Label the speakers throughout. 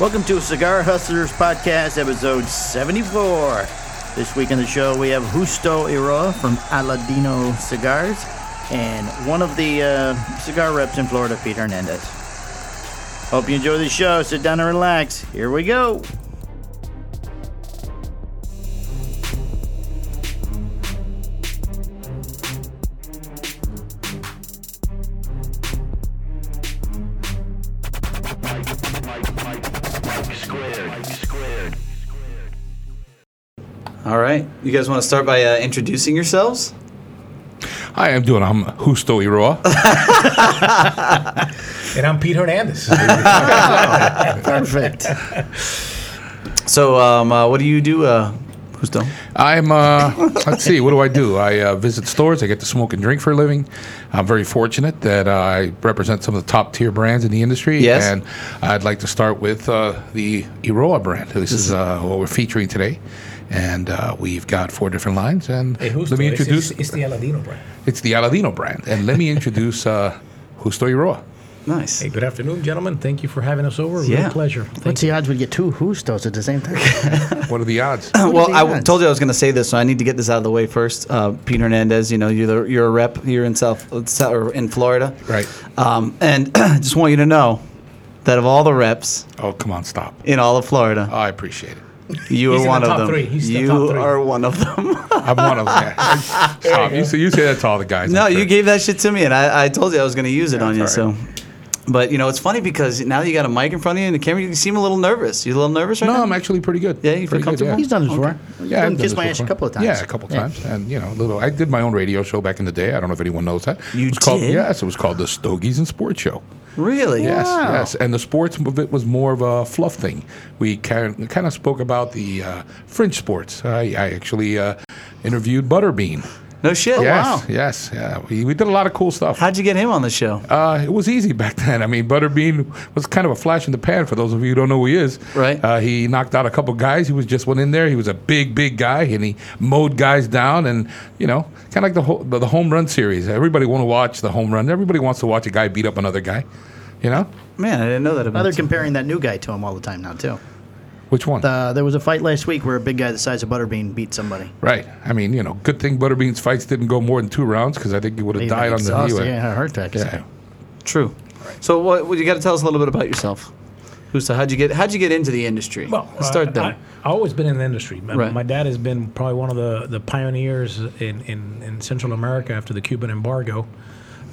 Speaker 1: Welcome to Cigar Hustlers Podcast, episode 74. This week on the show, we have Justo Iroa from Aladino Cigars and one of the uh, cigar reps in Florida, Pete Hernandez. Hope you enjoy the show. Sit down and relax. Here we go.
Speaker 2: All right. You guys want to start by uh, introducing yourselves?
Speaker 3: Hi, I'm doing. I'm Justo Iroa.
Speaker 4: And I'm Pete Hernandez.
Speaker 1: Perfect.
Speaker 2: So, um, uh, what do you do, uh, Justo?
Speaker 3: I'm. Uh, let's see. What do I do? I uh, visit stores. I get to smoke and drink for a living. I'm very fortunate that uh, I represent some of the top tier brands in the industry.
Speaker 2: Yes.
Speaker 3: And I'd like to start with uh, the Iroa brand. This is uh, what we're featuring today. And uh, we've got four different lines. And
Speaker 4: Hey, who's
Speaker 3: let me
Speaker 4: it's-
Speaker 3: introduce.
Speaker 4: It's, it's the Aladino brand.
Speaker 3: It's the Aladino brand. And let me introduce uh, Justo Iroa.
Speaker 2: Nice.
Speaker 4: Hey, good afternoon, gentlemen. Thank you for having us over.
Speaker 2: Yeah.
Speaker 4: Real pleasure.
Speaker 1: What's
Speaker 4: Thank you.
Speaker 1: the odds we get two Justos at the same time?
Speaker 3: What are the odds?
Speaker 2: Well,
Speaker 1: Yeah.
Speaker 2: I w- told you I was going to say this, so I need to get this out of the way first. Uh, Pete Hernandez, you know, you're, the, you're a rep here in South or in Florida,
Speaker 3: Right.
Speaker 2: Um, and just want you to know that of all the reps
Speaker 3: Oh, come on, stop.
Speaker 2: in all of Florida,
Speaker 3: I appreciate it.
Speaker 2: you are
Speaker 4: Uh, He's in the
Speaker 2: one of
Speaker 4: top
Speaker 2: them.
Speaker 4: three. He's the
Speaker 2: you
Speaker 4: top three.
Speaker 2: are one of them.
Speaker 3: I'm one of them. Stop. You, say, you say that to all the guys.
Speaker 2: No,
Speaker 3: I'm sure.
Speaker 2: you gave that shit to me, and I, I told you I was going to use it on you.
Speaker 3: that's all
Speaker 2: So, but you know, it's funny because now you got a mic in front of you and the camera. You seem a little nervous. You a little nervous right
Speaker 3: No,
Speaker 2: now.
Speaker 3: I'm actually pretty good.
Speaker 2: Yeah, you feel
Speaker 3: Pretty
Speaker 2: comfortable?
Speaker 1: He's done this before.
Speaker 3: Yeah, I've done
Speaker 1: kissed
Speaker 3: this
Speaker 1: my ass a
Speaker 3: before.
Speaker 1: couple of times.
Speaker 3: Yeah, a couple of
Speaker 1: Yeah.
Speaker 3: times, and you know, a little. I did my own radio show back in the day. I don't know if anyone knows that.
Speaker 2: You
Speaker 3: it was Called,
Speaker 2: did?
Speaker 3: yes, it was called the Stogies and Sports Show.
Speaker 2: really?
Speaker 3: Yes, yes, and the sports of it was more of a fluff thing. We kind kind of spoke about the uh, fringe sports. I, I actually uh, interviewed Butterbean.
Speaker 2: No shit.
Speaker 1: Oh,
Speaker 3: yes,
Speaker 2: Wow.
Speaker 3: yes, yeah. We, we did a lot of cool stuff.
Speaker 2: How'd you get him on the show?
Speaker 3: Uh, it was easy back then. I mean, Butterbean was kind of a flash in the pan for those of you who don't know who he is.
Speaker 2: Right.
Speaker 3: Uh, he knocked out a couple guys. He was just one in there. He was a big, big guy, and he mowed guys down. And you know, kind of like the ho- the, the home run series. Everybody want to watch the home run. Everybody wants to watch a guy beat up another guy. You know,
Speaker 2: Man, I didn't know that
Speaker 1: Now
Speaker 2: about.
Speaker 1: they're
Speaker 2: you.
Speaker 1: comparing that new guy to him all the time now, too.
Speaker 3: which one?
Speaker 1: Uh, there was a fight last week where a big guy the size of Butterbean beat somebody.
Speaker 3: right. I mean, you know, good thing Butterbean's fights didn't go more than two rounds because I think he would have
Speaker 1: He'd
Speaker 3: died
Speaker 1: been
Speaker 3: on the
Speaker 1: exhausted.
Speaker 3: anyway.
Speaker 1: Yeah, had a heart attack.
Speaker 3: yeah.
Speaker 2: True. So, what, what you got to tell us a little bit about yourself? Who's how'd you get how'd you get into the industry? Let's
Speaker 4: uh,
Speaker 2: start there.
Speaker 4: I, I always been in the industry. My,
Speaker 2: Right.
Speaker 4: my dad has been probably one of the, the pioneers in, in, in Central America after the Cuban embargo.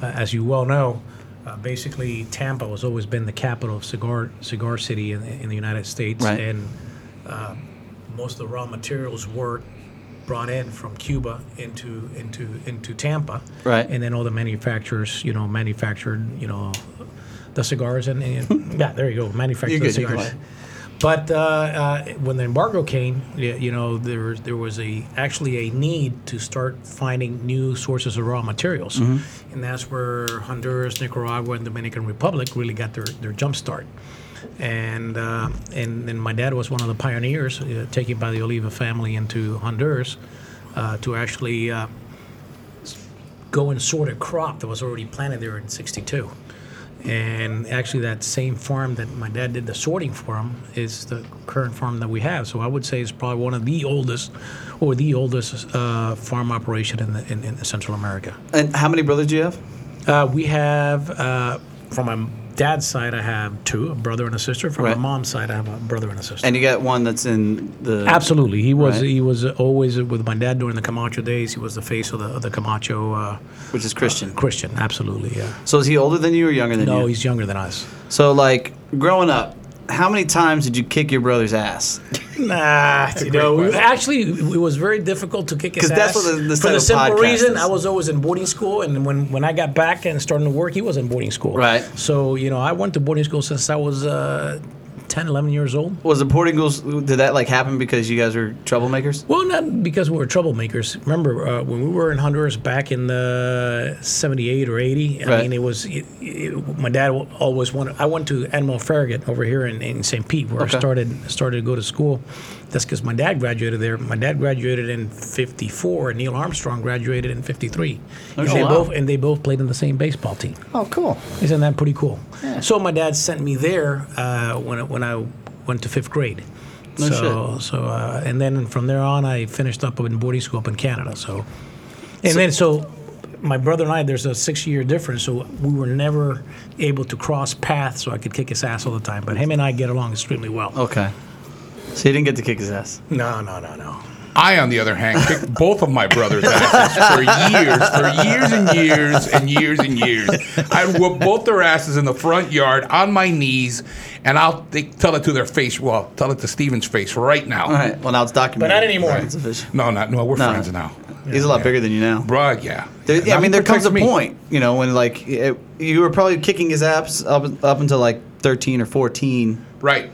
Speaker 4: Uh, as you well know, uh, basically Tampa has always been the capital of cigar cigar city in, in the United States,
Speaker 2: Right.
Speaker 4: and uh, most of the raw materials were brought in from Cuba into into into Tampa,
Speaker 2: Right.
Speaker 4: And then all the manufacturers, you know, manufactured, you know. The cigars and, and yeah, there you go. Manufactured
Speaker 2: You're good, you're
Speaker 4: cigars.
Speaker 2: good.
Speaker 4: But uh, uh, when the embargo came, y- you know, there was, there was a actually a need to start finding new sources of raw materials,
Speaker 2: Mm-hmm.
Speaker 4: and that's where Honduras, Nicaragua, and Dominican Republic really got their, their jump start. And, uh, and and my dad was one of the pioneers, uh, taken by the Oliva family into Honduras, uh, to actually uh, go and sort a crop that was already planted there in '62. And actually, that same farm that my dad did the sorting for him is the current farm that we have. So I would say it's probably one of the oldest, or the oldest uh, farm operation in, the, in, in Central America.
Speaker 2: and how many brothers do you have?
Speaker 4: Uh, we have, uh, from my dad's side, I have two, a brother and a sister. From
Speaker 2: Right.
Speaker 4: my mom's side, I have a brother and a sister.
Speaker 2: And you got one that's in the
Speaker 4: Absolutely, he was
Speaker 2: Right.
Speaker 4: he was always with my dad during the Camacho days. He was the face of the, of the Camacho uh,
Speaker 2: which is Christian.
Speaker 4: Christian. Absolutely, yeah.
Speaker 2: So, is he older than you or younger than you?
Speaker 4: No, he's younger than us.
Speaker 2: So, like growing up, how many times did you kick your brother's ass?
Speaker 4: Nah, you know, we-
Speaker 3: question.
Speaker 4: actually, it was very difficult to kick his
Speaker 2: 'Cause that's
Speaker 4: ass.
Speaker 2: what the- this
Speaker 4: for
Speaker 2: type
Speaker 4: the
Speaker 2: of
Speaker 4: simple
Speaker 2: podcast
Speaker 4: reason,
Speaker 2: is.
Speaker 4: I was always in boarding school, and when, when I got back and started to work, he was in boarding school.
Speaker 2: Right.
Speaker 4: So, you know, I went to boarding school since I was uh, 10, 11 years old.
Speaker 2: Was the Portugal's did that like happen because you guys were troublemakers?
Speaker 4: Well, not because we were troublemakers. Remember uh, when we were in Honduras back in the '78 or '80? I
Speaker 2: Right.
Speaker 4: mean, it was it, it, my dad wa- always wanted. I went to Admiral Farragut over here in, in St. Pete, where
Speaker 2: Okay.
Speaker 4: I started started to go to school. That's because my dad graduated there. My dad graduated in '54, and Neil Armstrong graduated in '53. and
Speaker 2: Oh,
Speaker 4: they
Speaker 2: wow.
Speaker 4: both and they both played in the same baseball team.
Speaker 1: Oh, cool.
Speaker 4: Isn't that pretty cool? So my dad sent me there uh, when I- when I went to fifth grade.
Speaker 2: No
Speaker 4: so so uh, and then from there on, I finished up in boarding school up in Canada. So and then so my brother and I, there's a six year difference, so we were never able to cross paths. So I could kick his ass all the time, but him and I get along extremely well.
Speaker 2: Okay. So he didn't get to kick his ass.
Speaker 4: No, no, no, no.
Speaker 3: I, on the other hand, kicked both of my brothers' asses for years, for years and years and years and years. I whooped both their asses in the front yard on my knees, and I'll they, tell it to their face. Well, tell it to Steven's face right now.
Speaker 2: All right. Well, now it's documented.
Speaker 4: But not anymore.
Speaker 2: Right, it's official.
Speaker 3: No, not no. We're
Speaker 2: No.
Speaker 3: friends now,
Speaker 2: He's a lot bigger than you now.
Speaker 3: bro. Yeah.
Speaker 2: There, yeah,
Speaker 3: Now
Speaker 2: I
Speaker 3: he
Speaker 2: mean, there comes a
Speaker 3: protects me.
Speaker 2: point, you know, when like it, you were probably kicking his abs up up until like thirteen or fourteen,
Speaker 3: right?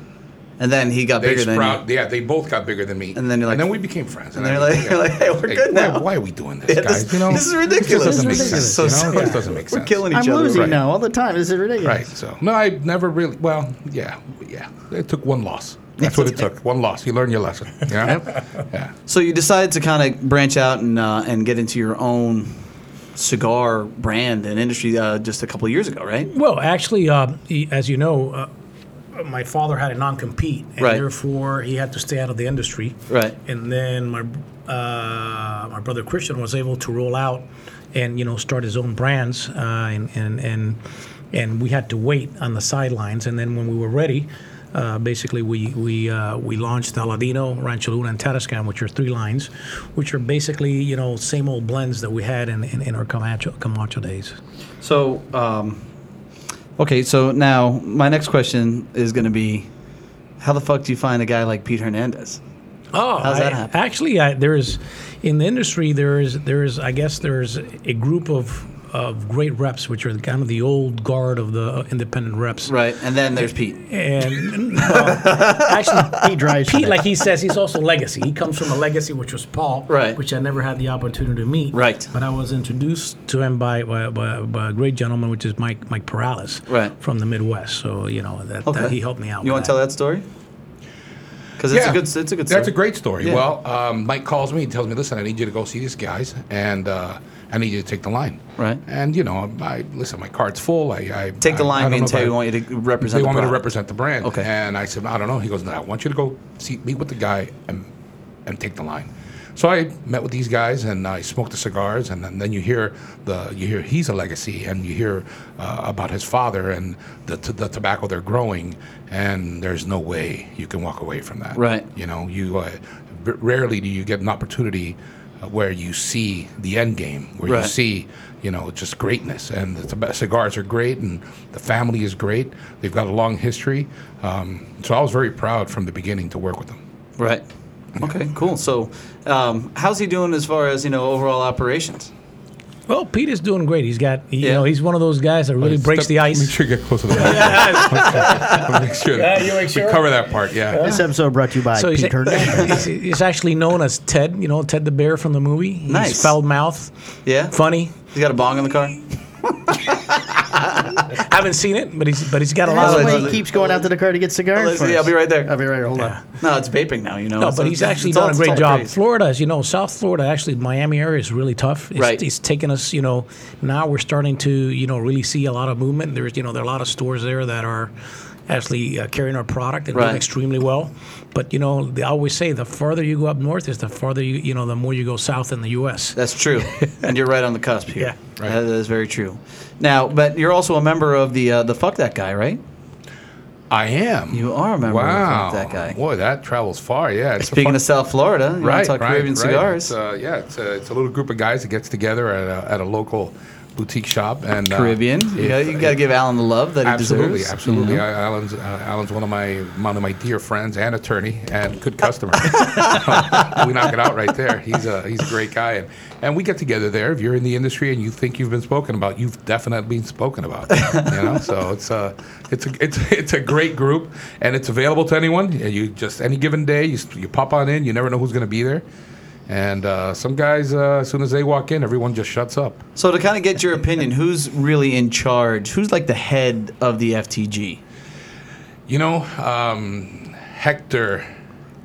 Speaker 2: and then he got
Speaker 3: They
Speaker 2: bigger
Speaker 3: sprout. Yeah, they both got bigger than me.
Speaker 2: And then you're like-
Speaker 3: and then we became friends.
Speaker 2: and they're
Speaker 3: I-
Speaker 2: like-
Speaker 3: yeah.
Speaker 2: you're like, "Hey, we're good
Speaker 3: why,
Speaker 2: now
Speaker 3: Why are we doing this,
Speaker 2: than you. Yeah,
Speaker 3: guys?
Speaker 2: this,
Speaker 3: you know,
Speaker 2: this is
Speaker 3: It just
Speaker 2: ridiculous.
Speaker 3: doesn't make
Speaker 4: This is
Speaker 3: sense. you know? It
Speaker 2: sorry.
Speaker 3: just doesn't make sense.
Speaker 2: We're killing each
Speaker 1: I'm
Speaker 2: other.
Speaker 1: losing
Speaker 2: right
Speaker 1: now all the time. This is ridiculous.
Speaker 3: Right. So no, I never really. Well, yeah, yeah. It took one loss. That's what it took. One loss. You learn your lesson. You know? Yeah.
Speaker 2: So you decided to kind of branch out and uh, and get into your own cigar brand and industry uh, just a couple of years ago, right?
Speaker 4: Well, actually, uh, he, as you know, uh, my father had a non-compete, and
Speaker 2: Right.
Speaker 4: therefore he had to stay out of the industry.
Speaker 2: Right.
Speaker 4: And then my uh, my brother Christian was able to roll out and you know start his own brands, uh, and and and and we had to wait on the sidelines, and then when we were ready. Uh, basically, we we uh, we launched Aladino, Rancho Luna, and Tarascan, which are three lines, which are basically you know same old blends that we had in, in, in our Camacho, Camacho days.
Speaker 2: So, um, okay, so now my next question is going to be, how the fuck do you find a guy like Pete Hernandez?
Speaker 4: Oh,
Speaker 2: How's that
Speaker 4: I-
Speaker 2: happen?
Speaker 4: Actually, I, there is in the industry there is there is I guess there is a group of of great reps which are kind of the old guard of the uh, independent reps.
Speaker 2: Right, and then there's Pete.
Speaker 4: And uh, actually,
Speaker 1: He drives.
Speaker 4: Pete,
Speaker 1: that.
Speaker 4: like he says, he's also legacy. He comes from a legacy which was Paul,
Speaker 2: Right.
Speaker 4: Which I never had the opportunity to meet,
Speaker 2: Right.
Speaker 4: But I was introduced to him by by, by, by a great gentleman, which is Mike Mike Perales,
Speaker 2: Right.
Speaker 4: From the Midwest. So you know that, that he helped me out.
Speaker 2: You
Speaker 4: with
Speaker 2: want to tell that story? Because it's
Speaker 3: Yeah.
Speaker 2: a good, it's a good.
Speaker 3: That's
Speaker 2: story.
Speaker 3: a great story.
Speaker 2: Yeah.
Speaker 3: Well, um, Mike calls me and tells me, "Listen, I need you to go see these guys, and uh, I need you to take the line."
Speaker 2: Right.
Speaker 3: And you know, I listen. My card's full. I, I
Speaker 2: Take the
Speaker 3: I- I
Speaker 2: line
Speaker 3: don't know
Speaker 2: means,
Speaker 3: if
Speaker 2: hey,
Speaker 3: I-
Speaker 2: we want you to represent.
Speaker 3: They
Speaker 2: the
Speaker 3: want me to
Speaker 2: product.
Speaker 3: represent the brand.
Speaker 2: Okay.
Speaker 3: And I said, I don't know. He goes, No, I want you to go see, meet with the guy and and take the line. So I met with these guys and I smoked the cigars and, then then you hear the you hear he's a legacy and you hear uh, about his father and the t- the tobacco they're growing and there's no way you can walk away from that
Speaker 2: Right.
Speaker 3: you know you uh, r- rarely do you get an opportunity uh, where you see the end game where
Speaker 2: Right.
Speaker 3: you see you know just greatness and the toba- cigars are great and the family is great they've got a long history um, so i was very proud from the beginning to work with them
Speaker 2: Right. Okay. Cool. So, um, how's he doing as far as you know overall operations?
Speaker 4: Well, Pete is doing great. He's got, you
Speaker 2: Yeah.
Speaker 4: know, he's one of those guys that really breaks
Speaker 3: Step-
Speaker 4: the
Speaker 3: make
Speaker 4: ice.
Speaker 3: sure you get close to the mic. make sure,
Speaker 4: you make sure?
Speaker 3: we cover that part yeah
Speaker 1: This episode brought to you by
Speaker 4: So he's,
Speaker 1: Pete Hernandez.
Speaker 4: he's, he's actually known as Ted, you know, Ted the Bear from the movie. He's
Speaker 2: Nice.
Speaker 4: foul mouth,
Speaker 2: Yeah.
Speaker 4: funny.
Speaker 2: He's got a bong in the car.
Speaker 4: Haven't seen it, but he's but he's got a lot
Speaker 1: That's
Speaker 4: of.
Speaker 2: Allegedly.
Speaker 1: why he keeps going out to the car to get cigars.
Speaker 2: Allegedly,
Speaker 1: for
Speaker 2: I'll
Speaker 1: us.
Speaker 2: be right there.
Speaker 1: I'll be right. here. Hold
Speaker 4: Yeah.
Speaker 1: on.
Speaker 2: No, it's vaping now. You know.
Speaker 4: No,
Speaker 2: so
Speaker 4: but he's
Speaker 2: it's-
Speaker 4: actually
Speaker 2: it's all-
Speaker 4: done a
Speaker 2: it's
Speaker 4: great
Speaker 2: all
Speaker 4: job.
Speaker 2: crazy.
Speaker 4: Florida, as you know, South Florida, actually, Miami area is really tough. It's,
Speaker 2: Right.
Speaker 4: it's taken us, you know, now we're starting to, you know, really see a lot of movement. There's, you know, there are a lot of stores there that are actually uh, carrying our product and
Speaker 2: Right.
Speaker 4: doing extremely well. But you know, they always say the farther you go up north is the farther you, you know, the more you go south in the U.S.
Speaker 2: That's true, and you're right on the cusp here.
Speaker 4: Yeah.
Speaker 2: That is very true. Now, but you're also a member of the uh, the fuck that guy, right?
Speaker 3: i am
Speaker 2: You are a member
Speaker 3: wow
Speaker 2: of the fuck that guy.
Speaker 3: boy that travels far yeah it's a
Speaker 2: Speaking
Speaker 3: fun-
Speaker 2: of South Florida, you want
Speaker 3: right,
Speaker 2: to talk
Speaker 3: right,
Speaker 2: Caribbean
Speaker 3: right.
Speaker 2: cigars?
Speaker 3: It's, uh, yeah, it's a, it's a little group of guys that gets together at a, at a local boutique shop and uh,
Speaker 2: Caribbean.
Speaker 3: if-
Speaker 2: you know, you got to give Alan the love that he
Speaker 3: Absolutely,
Speaker 2: deserves.
Speaker 3: absolutely. I, Alan's uh, Alan's one of my one of my dear friends and attorney and good customer. we knock it out right there. He's a he's a great guy, and, and we get together there. If you're in the industry and you think you've been spoken about, you've definitely been spoken about. You know, so it's a it's a it's, it's a great group, and it's available to anyone. Yeah, You just any given day, you, s- you pop on in. You never know who's going to be there. And uh, some guys, uh, as soon as they walk in, everyone just shuts up.
Speaker 2: So to kind of get your opinion, who's really in charge? Who's like the head of the FTG?
Speaker 3: You know, um, Hector.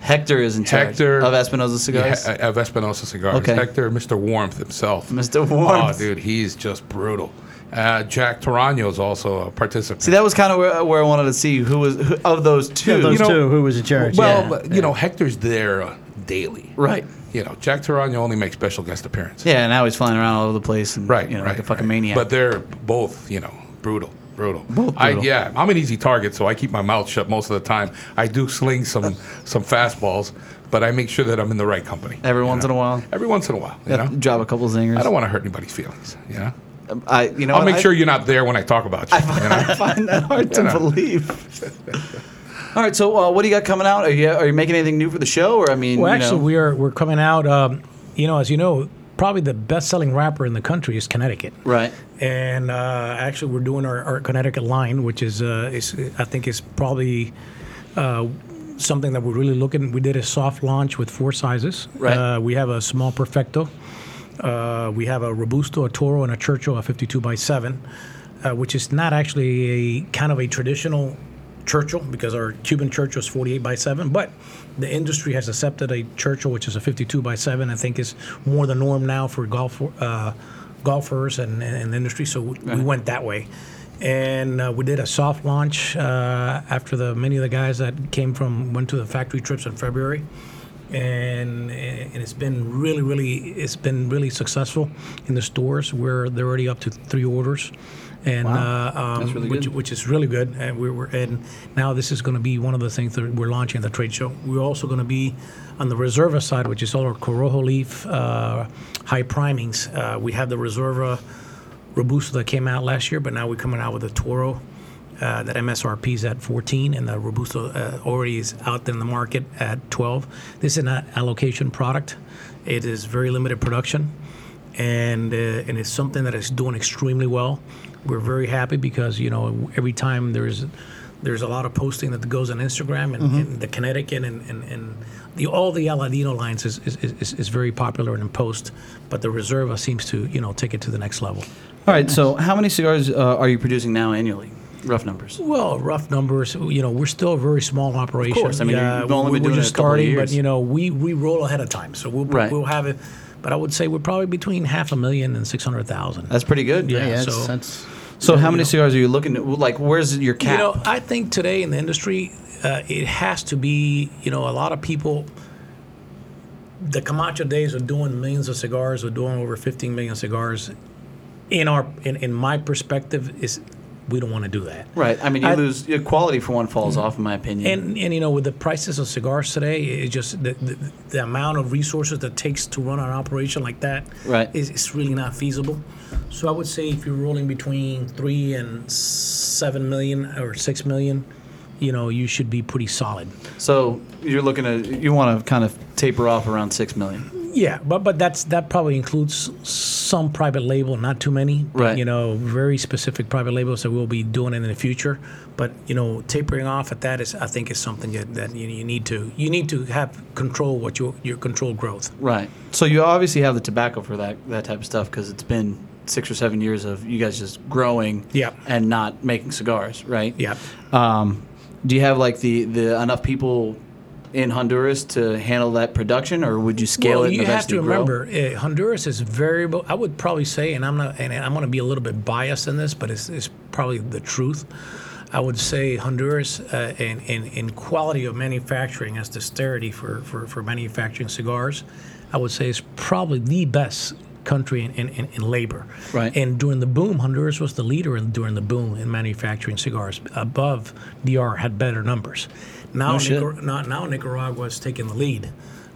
Speaker 2: Hector is in charge
Speaker 3: Hector-
Speaker 2: of Espinosa
Speaker 3: Yeah, uh,
Speaker 2: Cigars.
Speaker 3: of Espinosa Cigars.
Speaker 2: Okay.
Speaker 3: Hector, Mr. Warmth himself.
Speaker 2: Mr. Warmth.
Speaker 3: Oh, dude, he's just brutal. Uh, Jack Torano is also a participant.
Speaker 2: See, that was kind of where, where I wanted to see who was who, of those two.
Speaker 1: Those
Speaker 3: know-
Speaker 1: two, who was in charge?
Speaker 3: well,
Speaker 1: yeah.
Speaker 3: but, you know, Hector's there uh, daily.
Speaker 2: right.
Speaker 3: You know, Jack Torano only makes special guest appearances.
Speaker 2: Yeah, and now he's flying around all over the place and
Speaker 3: Right.
Speaker 2: you know,
Speaker 3: right,
Speaker 2: like a fucking
Speaker 3: right.
Speaker 2: maniac.
Speaker 3: But they're both, you know, brutal. Brutal.
Speaker 2: Both
Speaker 3: I,
Speaker 2: brutal.
Speaker 3: yeah, I'm an easy target, so I keep my mouth shut most of the time. I do sling some some fastballs, but I make sure that I'm in the right company.
Speaker 2: every once in a while,
Speaker 3: Every once in a while, you know.
Speaker 2: drop a couple zingers.
Speaker 3: I don't want to hurt anybody's feelings. You know.
Speaker 2: I you know
Speaker 3: I'll
Speaker 2: what,
Speaker 3: make
Speaker 2: I-
Speaker 3: sure you're not there when I talk about you. you know?
Speaker 2: I find that hard to
Speaker 3: You know.
Speaker 2: believe. All right, so uh, what do you got coming out? Are you are you making anything new for the show? Or I mean,
Speaker 4: Well,
Speaker 2: you know-
Speaker 4: actually, we are we're coming out. Um, you know, as you know, probably the best-selling rapper in the country is Connecticut,
Speaker 2: right.
Speaker 4: and uh, actually, we're doing our, our Connecticut line, which is, uh, is I think is probably. Uh, Something that we're really looking. We did a soft launch with four sizes.
Speaker 2: Right.
Speaker 4: Uh, we have a small perfecto. Uh, we have a robusto, a toro, and a churchill, a 52 by 7, uh, which is not actually a kind of a traditional Churchill because our Cuban Churchill is 48 by 7, but the industry has accepted a Churchill which is a 52 by 7. I think is more the norm now for golf uh, golfers and, and, and the industry. So we, we went that way, and uh, we did a soft launch uh, after the many of the guys that came from went to the factory trips in February and eh, and it's been really, really, it's been really successful in the stores where they're already up to three orders, and uh, um,
Speaker 2: That's really
Speaker 4: which,
Speaker 2: good.
Speaker 4: which is really good. And we were, and now this is going to be one of the things that we're launching at the trade show. We're also going to be on the Reserva side, which is all our Corojo leaf uh, high primings. Uh, we have the Reserva Robusto that came out last year, but now we're coming out with the Toro. Uh, that MSRP is at 14, and the Robusto uh, already is out in the market at 12. This is not allocation product; it is very limited production, and uh, and it's something that is doing extremely well. We're very happy because you know every time there's there's a lot of posting that goes on Instagram and, and the Connecticut and, and, and the all the Aladino lines is, is, is, is very popular in post, but the Reserva seems to you know take it to the next level.
Speaker 2: All right, so how many cigars uh, are you producing now annually? Rough numbers.
Speaker 4: Well, rough numbers. You know, we're still a very small operation.
Speaker 2: course, I mean,
Speaker 4: Yeah,
Speaker 2: you've only been
Speaker 4: we're
Speaker 2: doing it
Speaker 4: just
Speaker 2: a couple of
Speaker 4: starting,
Speaker 2: years.
Speaker 4: but you know, we we roll ahead of time, so we'll
Speaker 2: Right.
Speaker 4: we'll have it. But I would say we're probably between half a million and six hundred thousand.
Speaker 2: That's pretty good.
Speaker 4: Yeah.
Speaker 1: yeah, that's,
Speaker 4: so-
Speaker 1: that's
Speaker 2: So how many cigars are you looking at? Like, where's your cap?
Speaker 4: You know, I think today in the industry, uh, it has to be. You know, a lot of people. The Camacho days of doing millions of cigars, or doing over fifteen million cigars, in our in, in my perspective is, we don't want to do that.
Speaker 2: right. I mean, you
Speaker 4: I- Mm-hmm.
Speaker 2: lose your quality for one falls off, in my opinion.
Speaker 4: And and you know, with the prices of cigars today, it just the, the, the amount of resources that takes to run an operation like that
Speaker 2: Right.
Speaker 4: is it's really not feasible. So I would say if you're rolling between three and seven million or six million, you know, you should be pretty solid.
Speaker 2: so you're looking at you want to kind of taper off around six million.
Speaker 4: Yeah, but but that's that probably includes some private label, not too many. but,
Speaker 2: Right.
Speaker 4: You know, very specific private labels that we'll be doing in the future. But you know, tapering off at that is, I think, is something that, that you, you need to you need to have control what your your control growth.
Speaker 2: Right. So you obviously have the tobacco for that that type of stuff because it's been six or seven years of you guys just growing.
Speaker 4: Yeah.
Speaker 2: And not making cigars, right?
Speaker 4: Yeah.
Speaker 2: Um, do you have like the, the enough people in Honduras to handle that production, or would you scale
Speaker 4: well,
Speaker 2: it? and
Speaker 4: you have
Speaker 2: eventually
Speaker 4: to
Speaker 2: grow?
Speaker 4: remember uh, Honduras is variable. I would probably say, and I'm not, and I'm going to be a little bit biased in this, but it's, it's probably the truth. I would say Honduras, uh, in, in in quality of manufacturing, as dexterity for, for for manufacturing cigars, I would say is probably the best country in, in, in, in labor.
Speaker 2: Right.
Speaker 4: And during the boom, Honduras was the leader in during the boom in manufacturing cigars. Above DR had better numbers. Now,
Speaker 2: No shit.
Speaker 4: Nicar- now, now Nicaragua is taking the lead.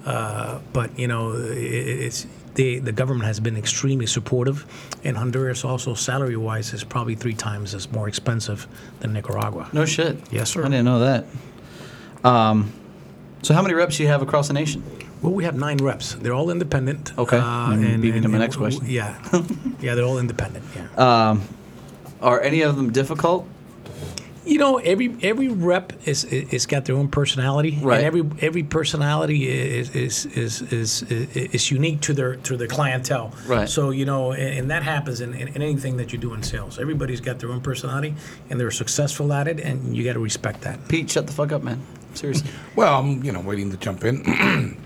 Speaker 4: Uh, but you know, i- i- it's the the government has been extremely supportive, and Honduras also salary wise is probably three times as more expensive than Nicaragua.
Speaker 2: No shit.
Speaker 4: Yes, sir.
Speaker 2: I didn't know that. Um, so how many reps do you have across the nation?
Speaker 4: Well, we have nine reps. They're all independent.
Speaker 2: Okay.
Speaker 4: uh,
Speaker 2: You
Speaker 4: and,
Speaker 2: beat me
Speaker 4: and,
Speaker 2: to my
Speaker 4: and
Speaker 2: next
Speaker 4: w-
Speaker 2: question.
Speaker 4: Yeah, yeah, they're all independent. Yeah.
Speaker 2: Are any of them difficult?
Speaker 4: you know, every every rep is is got their own personality,
Speaker 2: Right.
Speaker 4: and every every personality is is is is, is unique to their to their clientele.
Speaker 2: Right.
Speaker 4: So you know, and, and that happens in, in, in anything that you do in sales. Everybody's got their own personality, and they're successful at it, and you got to respect that.
Speaker 2: Pete, shut the fuck up, man. Seriously.
Speaker 3: Well, I'm you know waiting to jump in.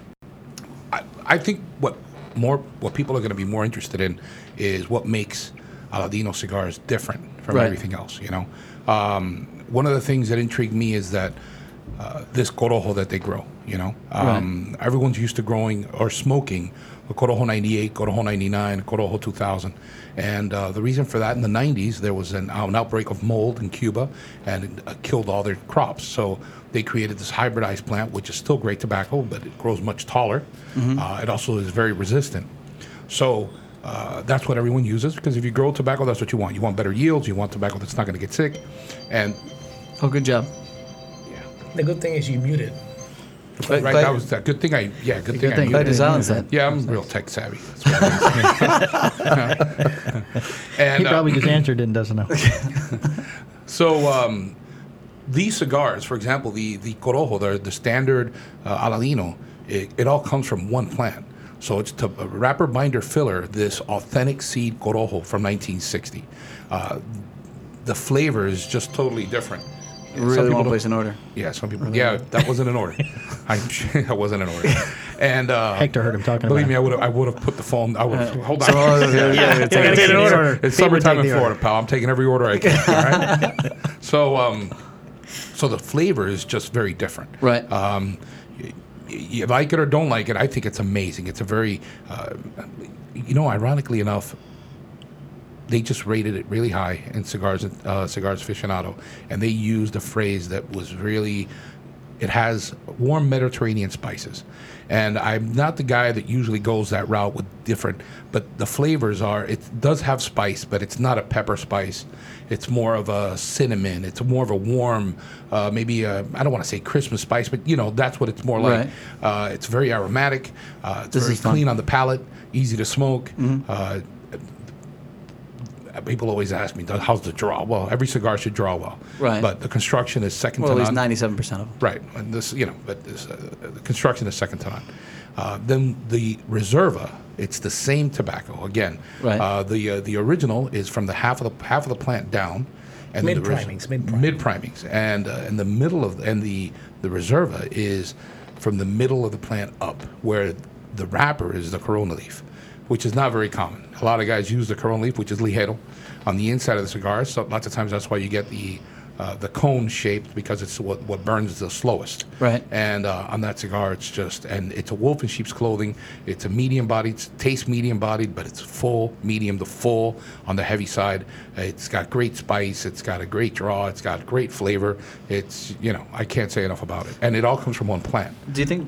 Speaker 3: I, I think what more what people are going to be more interested in is what makes Aladino cigar is different from
Speaker 2: Right.
Speaker 3: everything else. You know, um, one of the things that intrigued me is that uh, this corojo that they grow. You know, um, everyone's used to growing or smoking a corojo 98, corojo 99, corojo 2000, and uh, the reason for that in the 90s there was an, an outbreak of mold in Cuba and it uh, killed all their crops. So they created this hybridized plant, which is still great tobacco, but it grows much taller. Uh, it also is very resistant. So uh, that's what everyone uses because if you grow tobacco, that's what you want. You want better yields. You want tobacco that's not going to get sick. And
Speaker 2: Oh, good job.
Speaker 4: The good thing is you mute it.
Speaker 2: But-
Speaker 3: right,
Speaker 2: but-
Speaker 3: that was that. Good thing I. Yeah, good thing. I
Speaker 1: thing.
Speaker 3: muted.
Speaker 2: By design, that.
Speaker 3: Yeah, I'm real tech savvy. That's what I mean. and
Speaker 1: He
Speaker 3: uh,
Speaker 1: probably just answered and doesn't know.
Speaker 3: So um, these cigars, for example, the the Corojo, the, the standard uh, Aladino, it, it all comes from one plant. So it's to a wrapper binder filler, this authentic seed Corojo from 1960. Uh, the flavor is just totally different. Some
Speaker 2: Really
Speaker 3: people
Speaker 2: want to
Speaker 3: don't-
Speaker 2: place an order.
Speaker 3: Yeah, some people. Yeah, that wasn't an order. I, that wasn't an order. And uh,
Speaker 1: Hector heard him talking
Speaker 3: Believe
Speaker 1: about
Speaker 3: me,
Speaker 1: it.
Speaker 3: I would have. I would have put the phone. I would have.
Speaker 1: Uh,
Speaker 3: hold on.
Speaker 1: gotta take an
Speaker 2: yeah.
Speaker 1: order.
Speaker 3: It's
Speaker 1: Pete would
Speaker 3: summertime
Speaker 1: take
Speaker 3: in
Speaker 1: the order.
Speaker 3: Florida, pal. I'm taking every order I can. All right. so, um, so the flavor is just very different.
Speaker 2: Right.
Speaker 3: Um, y- you like it or don't like it, I think it's amazing. It's a very, uh, you know, ironically enough, they just rated it really high in cigars uh, cigars aficionado, and they used a phrase that was really. It has warm Mediterranean spices, and I'm not the guy that usually goes that route with different. But the flavors are. It does have spice, but it's not a pepper spice. It's more of a cinnamon. It's more of a warm, uh, maybe I I don't want to say Christmas spice, but you know that's what it's more like.
Speaker 2: Right.
Speaker 3: Uh, it's very aromatic. Uh, it's
Speaker 2: This
Speaker 3: very
Speaker 2: is fun. Mm-hmm.
Speaker 3: clean on the palate, easy to smoke. Uh, people always ask me, how's the draw? Well, every cigar should draw well.
Speaker 2: Right.
Speaker 3: But the construction is second
Speaker 2: Well, at
Speaker 3: to
Speaker 2: least
Speaker 3: none.
Speaker 2: ninety-seven percent of them.
Speaker 3: Right. And this, you know, but this, uh, the construction is second to none. Uh, then the Reserva, it's the same tobacco again.
Speaker 2: Right.
Speaker 3: Uh, the uh, the original is from the half of the half of the plant down, and the Res-
Speaker 4: Mid-primings, mid-primings.
Speaker 3: mid primings, and uh, and the middle of and the the Reserva is from the middle of the plant up, where the wrapper is the Corona leaf, which is not very common. A lot of guys use the Corona leaf, which is Lijero, on the inside of the cigar. So lots of times that's why you get the uh, the cone shaped because it's what, what burns the slowest.
Speaker 2: Right.
Speaker 3: And uh, on that cigar, it's just, and it's a wolf in sheep's clothing. It's a medium bodied, it's- tastes medium bodied, but it's full, medium to full on the heavy side. Uh, It's got great spice. It's got a great draw. It's got great flavor. It's, you know, I can't say enough about it. And it all comes from one plant.
Speaker 2: Do you think?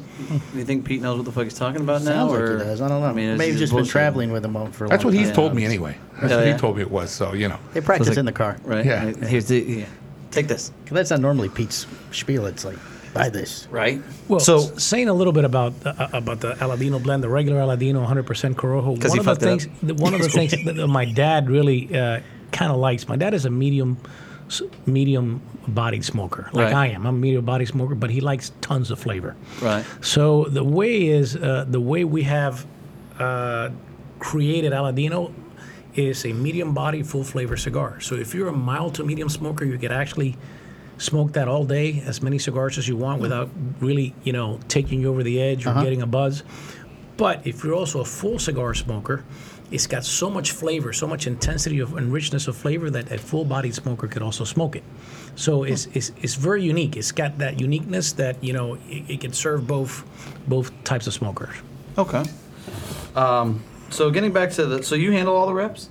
Speaker 2: Do you think Pete knows what the fuck he's talking about now?
Speaker 1: Sounds like
Speaker 2: or-
Speaker 1: he does. I don't know.
Speaker 2: mean, it's
Speaker 1: Maybe just been
Speaker 2: bullshit.
Speaker 1: traveling with him all for a
Speaker 3: That's
Speaker 1: long
Speaker 3: what he's
Speaker 1: time.
Speaker 3: told me anyway. That's
Speaker 2: Yeah,
Speaker 3: what
Speaker 2: yeah.
Speaker 3: he told me it was. So, you know.
Speaker 1: They practice
Speaker 2: Sounds like-
Speaker 1: in the car.
Speaker 2: Right.
Speaker 3: Yeah.
Speaker 2: Uh, Here's the, yeah. Take this.
Speaker 1: 'Cause That's not normally Pete's spiel. It's like, buy this.
Speaker 2: Right.
Speaker 4: Well, so
Speaker 2: so
Speaker 4: saying a little bit about uh, about the Aladino blend, the regular Aladino, 100% Corojo.
Speaker 2: 'Cause he
Speaker 4: One of the
Speaker 2: fucked it
Speaker 4: things, the- one of the things that my dad really uh, kind of likes. My dad is a medium, s- medium bodied smoker, like
Speaker 2: Right.
Speaker 4: I am. I'm a medium bodied smoker, but he likes tons of flavor.
Speaker 2: right.
Speaker 4: So the way is uh, the way we have uh, created Aladino is a medium body, full flavor cigar. So if you're a mild to medium smoker, you could actually smoke that all day, as many cigars as you want, without really, you know, taking you over the edge or getting a buzz. But if you're also a full cigar smoker, it's got so much flavor, so much intensity of and richness of flavor that a full-bodied smoker could also smoke it. So it's, it's, it's very unique. It's got that uniqueness that you know it, it can serve both both types of smokers.
Speaker 2: Okay. Um, so getting back to the, so you handle all the reps?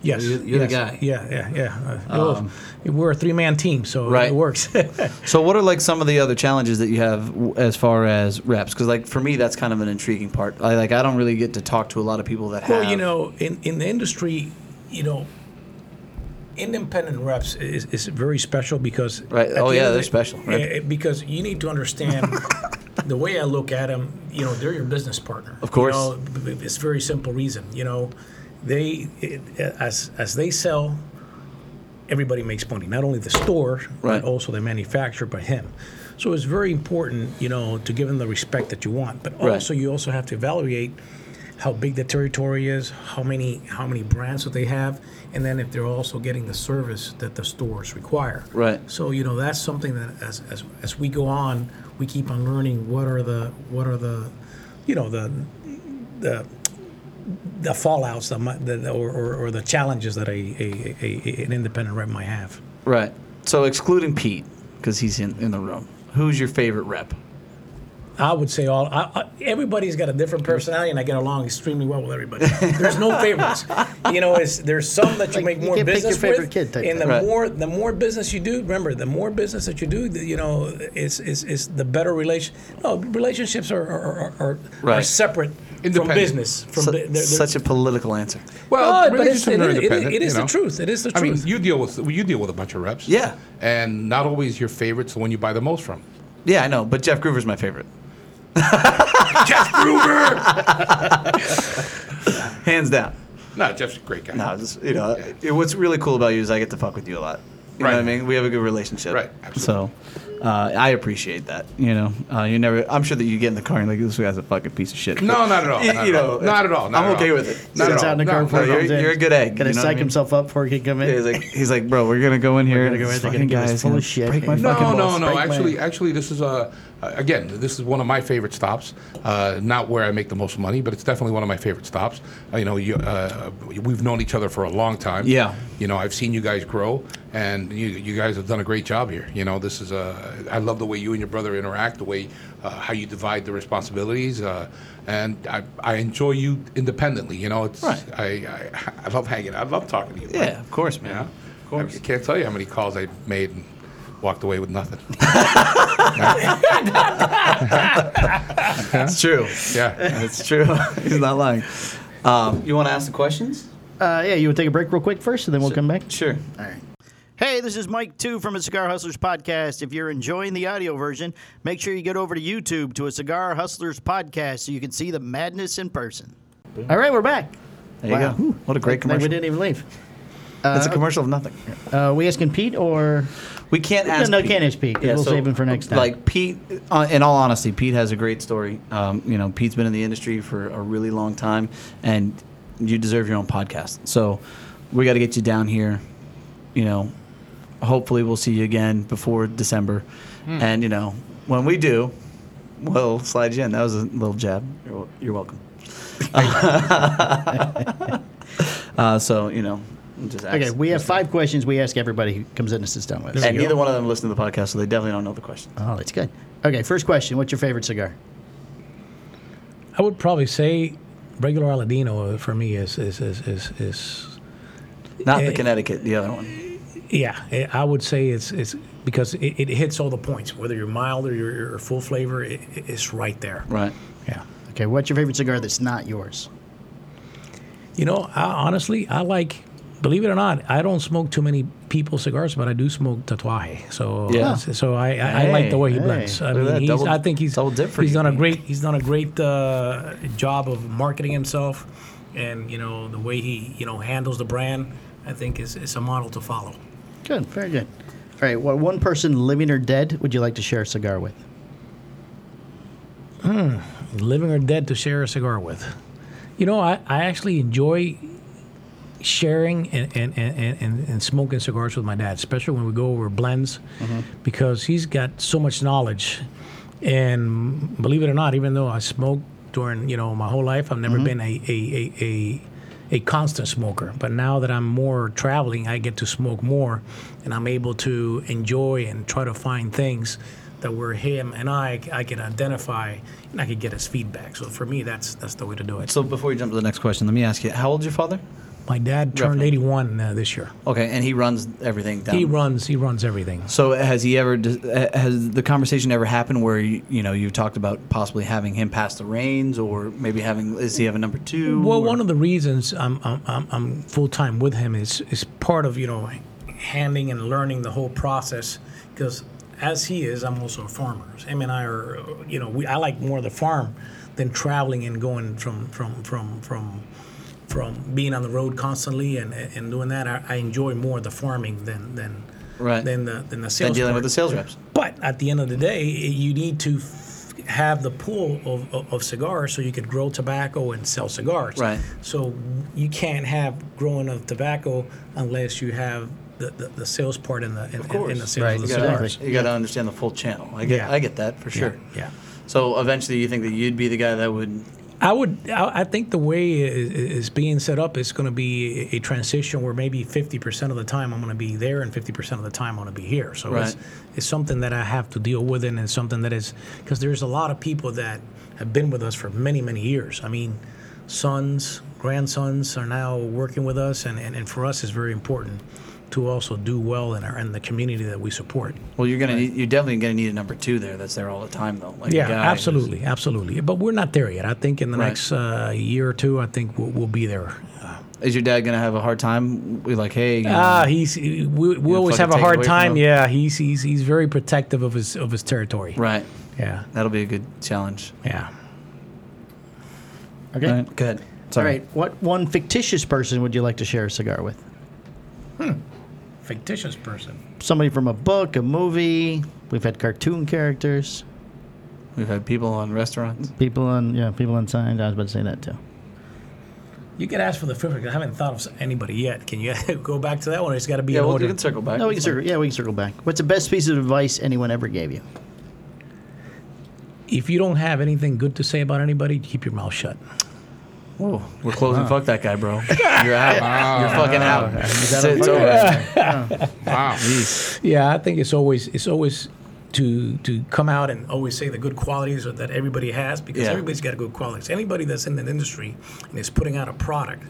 Speaker 4: Yes,
Speaker 2: You're- you're the
Speaker 4: yes.
Speaker 2: guy. Um,
Speaker 4: Yeah, yeah, yeah. Uh, well, we're a three-man team, so
Speaker 2: Right.
Speaker 4: it works.
Speaker 2: So what are like some of the other challenges that you have w- as far as reps? Because like for me, that's kind of an intriguing part. I like I don't really get to talk to a lot of people that have.
Speaker 4: Well, you know, in, in the industry, you know, independent reps is, is very special because
Speaker 2: Right.
Speaker 4: at the
Speaker 2: Oh,
Speaker 4: end
Speaker 2: yeah,
Speaker 4: of
Speaker 2: they're
Speaker 4: the-
Speaker 2: special, right.
Speaker 4: eh, eh, because you need to understand. The way I look at them, you know, they're your business partner.
Speaker 2: Of course.
Speaker 4: you know, b- b- it's a very simple reason. You know, they it, as as they sell, everybody makes money. Not only the store,
Speaker 2: Right.
Speaker 4: but also the manufacturer, but him. So it's very important, you know, to give them the respect that you want. But
Speaker 2: Right.
Speaker 4: also, you also have to evaluate how big the territory is, how many how many brands that they have, and then if they're also getting the service that the stores require.
Speaker 2: Right.
Speaker 4: So you know that's something that as as, as we go on, we keep on learning what are the what are the you know the the the fallouts that, might, that or, or, or the challenges that a, a, a, a- an independent rep might have.
Speaker 2: Right. So excluding Pete because he's in, in the room. Who's your favorite rep?
Speaker 4: I would say all. I, I, everybody's got a different personality, and I get along extremely well with everybody. There's no favorites. You know, it's, there's some that you
Speaker 1: Like,
Speaker 4: make
Speaker 1: you
Speaker 4: more
Speaker 1: can't pick
Speaker 4: business
Speaker 1: your favorite
Speaker 4: with,
Speaker 1: kid type
Speaker 4: and the
Speaker 2: thing. Right.
Speaker 4: more the more business you do, remember, the more business that you do, the- you know, it's it's, it's the better relation. No, relationships are are, are, are, are
Speaker 2: Right.
Speaker 4: separate from
Speaker 3: Independent.
Speaker 4: business. From
Speaker 2: Su-
Speaker 4: bu- they're- they're-
Speaker 2: such a political answer.
Speaker 3: Well,
Speaker 4: No, but it's,
Speaker 3: relationships
Speaker 4: it
Speaker 3: are
Speaker 4: is, it is,
Speaker 3: independent,
Speaker 4: it is
Speaker 3: you
Speaker 4: the
Speaker 3: know.
Speaker 4: truth. It is the
Speaker 3: I
Speaker 4: truth.
Speaker 3: mean, you deal with you deal with a bunch of reps.
Speaker 2: Yeah.
Speaker 3: and not always your favorites, the one you buy the most from.
Speaker 2: Yeah, I know, but Jeff Groover's my favorite.
Speaker 3: Jeff Gruber.
Speaker 2: Hands down.
Speaker 3: no, Jeff's a great guy.
Speaker 2: No, just, you know, it- what's really cool about you is I get to fuck with you a lot. You know
Speaker 3: Right.
Speaker 2: what I mean? We have a good relationship.
Speaker 3: Right, absolutely.
Speaker 2: So uh, I appreciate that. You know, uh, you never, I'm sure that you get in the car and you're like, this guy's a fucking piece of shit.
Speaker 3: No, not at all.
Speaker 2: You-
Speaker 3: not
Speaker 2: you
Speaker 3: at all.
Speaker 2: know,
Speaker 3: not at all. not
Speaker 2: I'm
Speaker 3: at
Speaker 2: okay
Speaker 3: all.
Speaker 2: with it.
Speaker 3: Not
Speaker 1: Sits
Speaker 3: at all.
Speaker 1: out in the car
Speaker 3: No,
Speaker 1: for
Speaker 3: not
Speaker 1: a
Speaker 3: at all.
Speaker 1: comes
Speaker 2: you're-
Speaker 1: in.
Speaker 2: you're a good egg,
Speaker 1: Gotta
Speaker 2: you know what
Speaker 1: psych
Speaker 2: I mean?
Speaker 1: himself up before he can come in.
Speaker 2: Yeah, he's like, he's like, bro, we're gonna go in here.
Speaker 1: gonna go in,
Speaker 2: this
Speaker 1: they're gonna
Speaker 2: fucking
Speaker 1: give us
Speaker 2: guy's
Speaker 1: full of
Speaker 2: gonna
Speaker 1: shit,
Speaker 2: Break my
Speaker 1: man.
Speaker 2: fucking
Speaker 3: No, no,
Speaker 2: balls.
Speaker 3: no.
Speaker 1: Spike
Speaker 3: Actually,
Speaker 1: Lane.
Speaker 3: actually, this is a again. This is one of my favorite stops. Uh, not where I make the most money, but it's definitely one of my favorite stops. Uh, you know, you, uh, we've known each other for a long time.
Speaker 2: Yeah.
Speaker 3: You know, I've seen you guys grow, and you, you guys have done a great job here. You know, this is a. I love the way you and your brother interact, the way uh, how you divide the responsibilities, uh, and I, I enjoy you independently. You know, it's
Speaker 2: Right.
Speaker 3: I, I I love hanging. out. I love talking to you.
Speaker 2: Yeah, of course, man.
Speaker 3: Yeah.
Speaker 2: Of
Speaker 3: I
Speaker 2: course.
Speaker 3: can't tell you how many calls I made and walked away with nothing.
Speaker 2: That's true.
Speaker 3: Yeah.
Speaker 2: That's true. he's not lying. Um, you want to ask the questions?
Speaker 1: Uh, yeah, you want to take a break real quick first, and then we'll come back.
Speaker 2: Sure.
Speaker 1: All right. Hey, this is Mike too from a Cigar Hustlers podcast. If you're enjoying the audio version, make sure you get over to YouTube to a Cigar Hustlers podcast so you can see the madness in person. All right, we're back.
Speaker 2: There you
Speaker 1: Wow.
Speaker 2: go. What a great
Speaker 1: Like, like
Speaker 2: commercial.
Speaker 1: we didn't even leave.
Speaker 2: That's a commercial of nothing.
Speaker 1: Uh, we asking Pete or
Speaker 2: We can't ask.
Speaker 1: no,
Speaker 2: Pete.
Speaker 1: can't ask Pete. We'll save him for next time.
Speaker 2: Like Pete, uh, in all honesty, Pete has a great story. Um, you know, Pete's been in the industry for a really long time, and you deserve your own podcast. So we got to get you down here. You know, hopefully we'll see you again before December, and you know when we do, we'll slide you in. That was a little jab. You're, wel- you're welcome. uh, so you know, just ask.
Speaker 1: okay, we have five questions we ask everybody who comes in and sits down with us.
Speaker 2: and neither one of them listen to the podcast, so they definitely don't know the question.
Speaker 1: Oh, that's good. Okay, first question. What's your favorite cigar?
Speaker 4: I would probably say regular Aladino uh, for me is is is is, is
Speaker 2: Not the
Speaker 4: Eh.
Speaker 2: Connecticut, the other one.
Speaker 4: yeah. eh, I would say it's it's because it, it hits all the points, whether you're mild or you're or full flavor, it, it's right there.
Speaker 2: Right.
Speaker 4: Yeah.
Speaker 1: Okay, what's your favorite cigar that's not yours?
Speaker 4: You know, I, honestly, I like. Believe it or not, I don't smoke too many people cigars, but I do smoke tatuaje. So,
Speaker 2: Yeah.
Speaker 4: so I, I, I like the way he
Speaker 1: Hey,
Speaker 4: blends. I
Speaker 2: look at that,
Speaker 4: mean, he's,
Speaker 2: double-
Speaker 4: I think he's
Speaker 2: double dip for
Speaker 4: he's
Speaker 2: you,
Speaker 4: done a
Speaker 2: Pete.
Speaker 4: great he's done a great uh, job of marketing himself, and you know the way he you know handles the brand. I think is is a model to follow.
Speaker 1: Good, very good. All right, what one person, living or dead, would you like to share a cigar with?
Speaker 4: living or dead to share a cigar with. You know, I, I actually enjoy sharing and, and, and, and- and, and smoking cigars with my dad, especially when we go over blends, because he's got so much knowledge. And believe it or not, even though I smoked during, you know, my whole life, I've never been a, a, a, a a constant smoker. But now that I'm more traveling, I get to smoke more, and I'm able to enjoy and try to find things that were him and I I can identify, and I could get his feedback. So for me, that's that's the way to do it.
Speaker 2: So before we jump to the next question, let me ask you: How old's your father?
Speaker 4: My dad turned
Speaker 2: Roughly.
Speaker 4: 81 uh, this year.
Speaker 2: Okay, and he runs everything down.
Speaker 4: He runs he runs everything.
Speaker 2: So has he ever? does- uh, Has the conversation ever happened where you, you know you've talked about possibly having him pass the reins, or maybe having? Is he have a number two?
Speaker 4: Well,
Speaker 2: or-
Speaker 4: one of the reasons I'm I'm, I'm, I'm full time with him is is part of you know handling and learning the whole process because as he is, I'm also a farmer. Him and I are uh, you know we I like more the farm than traveling and going from from from from from being on the road constantly and and doing that. I, I enjoy more the farming than than
Speaker 2: Right.
Speaker 4: than the than the sales.
Speaker 2: and dealing with
Speaker 4: part.
Speaker 2: the sales reps.
Speaker 4: But at the end of the day, you need to f- have the pool of, of, of cigars so you could grow tobacco and sell cigars.
Speaker 2: Right.
Speaker 4: So you can't have growing of tobacco unless you have the, the, the sales part and the and, and- and the sales
Speaker 1: Right,
Speaker 4: of the
Speaker 2: You
Speaker 1: exactly.
Speaker 2: gotta,
Speaker 4: cigars.
Speaker 2: you gotta understand the full channel. I get,
Speaker 4: Yeah.
Speaker 2: I get that for sure.
Speaker 4: Yeah.
Speaker 2: So eventually, you think that you'd be the guy that would
Speaker 4: I would. I, I think the way it is being set up is going to be a transition where maybe fifty percent of the time I'm going to be there and fifty percent of the time I'm going to be here. So it's
Speaker 2: Right.
Speaker 4: it's something that I have to deal with and it's something that is because there's a lot of people that have been with us for many many years. I mean, sons, grandsons are now working with us, and and, and for us it's very important to also do well in our in the community that we support.
Speaker 2: Well, you're gonna need, you're definitely gonna need a number two there that's there all the time though. Like a
Speaker 4: Yeah,
Speaker 2: guy who's-
Speaker 4: absolutely, absolutely. But we're not there yet. I think in the
Speaker 2: Right.
Speaker 4: next uh, year or two, I think we'll, we'll be there. Uh,
Speaker 2: Is your dad gonna have a hard time? We like, hey, you know,
Speaker 4: Ah, he's we, we
Speaker 2: Um, fucking
Speaker 4: always have a
Speaker 2: take it
Speaker 4: hard
Speaker 2: away from him.
Speaker 4: time. Yeah, he's he's he's very protective of his of his territory.
Speaker 2: right?
Speaker 4: Yeah.
Speaker 2: That'll be a good challenge.
Speaker 4: Yeah.
Speaker 1: Okay.
Speaker 2: All right, go ahead.
Speaker 1: All
Speaker 2: Sorry.
Speaker 1: right. What one fictitious person would you like to share a cigar with?
Speaker 4: Fictitious person.
Speaker 1: Somebody from a book, a movie. We've had cartoon characters,
Speaker 2: We've had people on restaurants.
Speaker 1: people on yeah, people on signs. I was about to say that too.
Speaker 4: You could ask for the fifth. 'cause I haven't thought of anybody yet. Can you go back to that one? It's got to be
Speaker 2: Yeah,
Speaker 4: in
Speaker 2: we'll, we
Speaker 4: order.
Speaker 2: can circle back.
Speaker 1: No, we can
Speaker 2: It's
Speaker 1: circle. Yeah, we can circle back. What's the best piece of advice anyone ever gave you?
Speaker 4: If you don't have anything good to say about anybody, keep your mouth shut.
Speaker 2: fine. Whoa, we're closing. Fuck that guy, bro. You're out. You're fucking out. It's,
Speaker 1: that a
Speaker 2: it's
Speaker 1: fuck?
Speaker 2: over.
Speaker 3: Wow.
Speaker 4: Yeah, I think it's always it's always to to come out and always say the good qualities that everybody has because
Speaker 2: Yeah.
Speaker 4: everybody's got good qualities. Anybody that's in an industry and is putting out a product,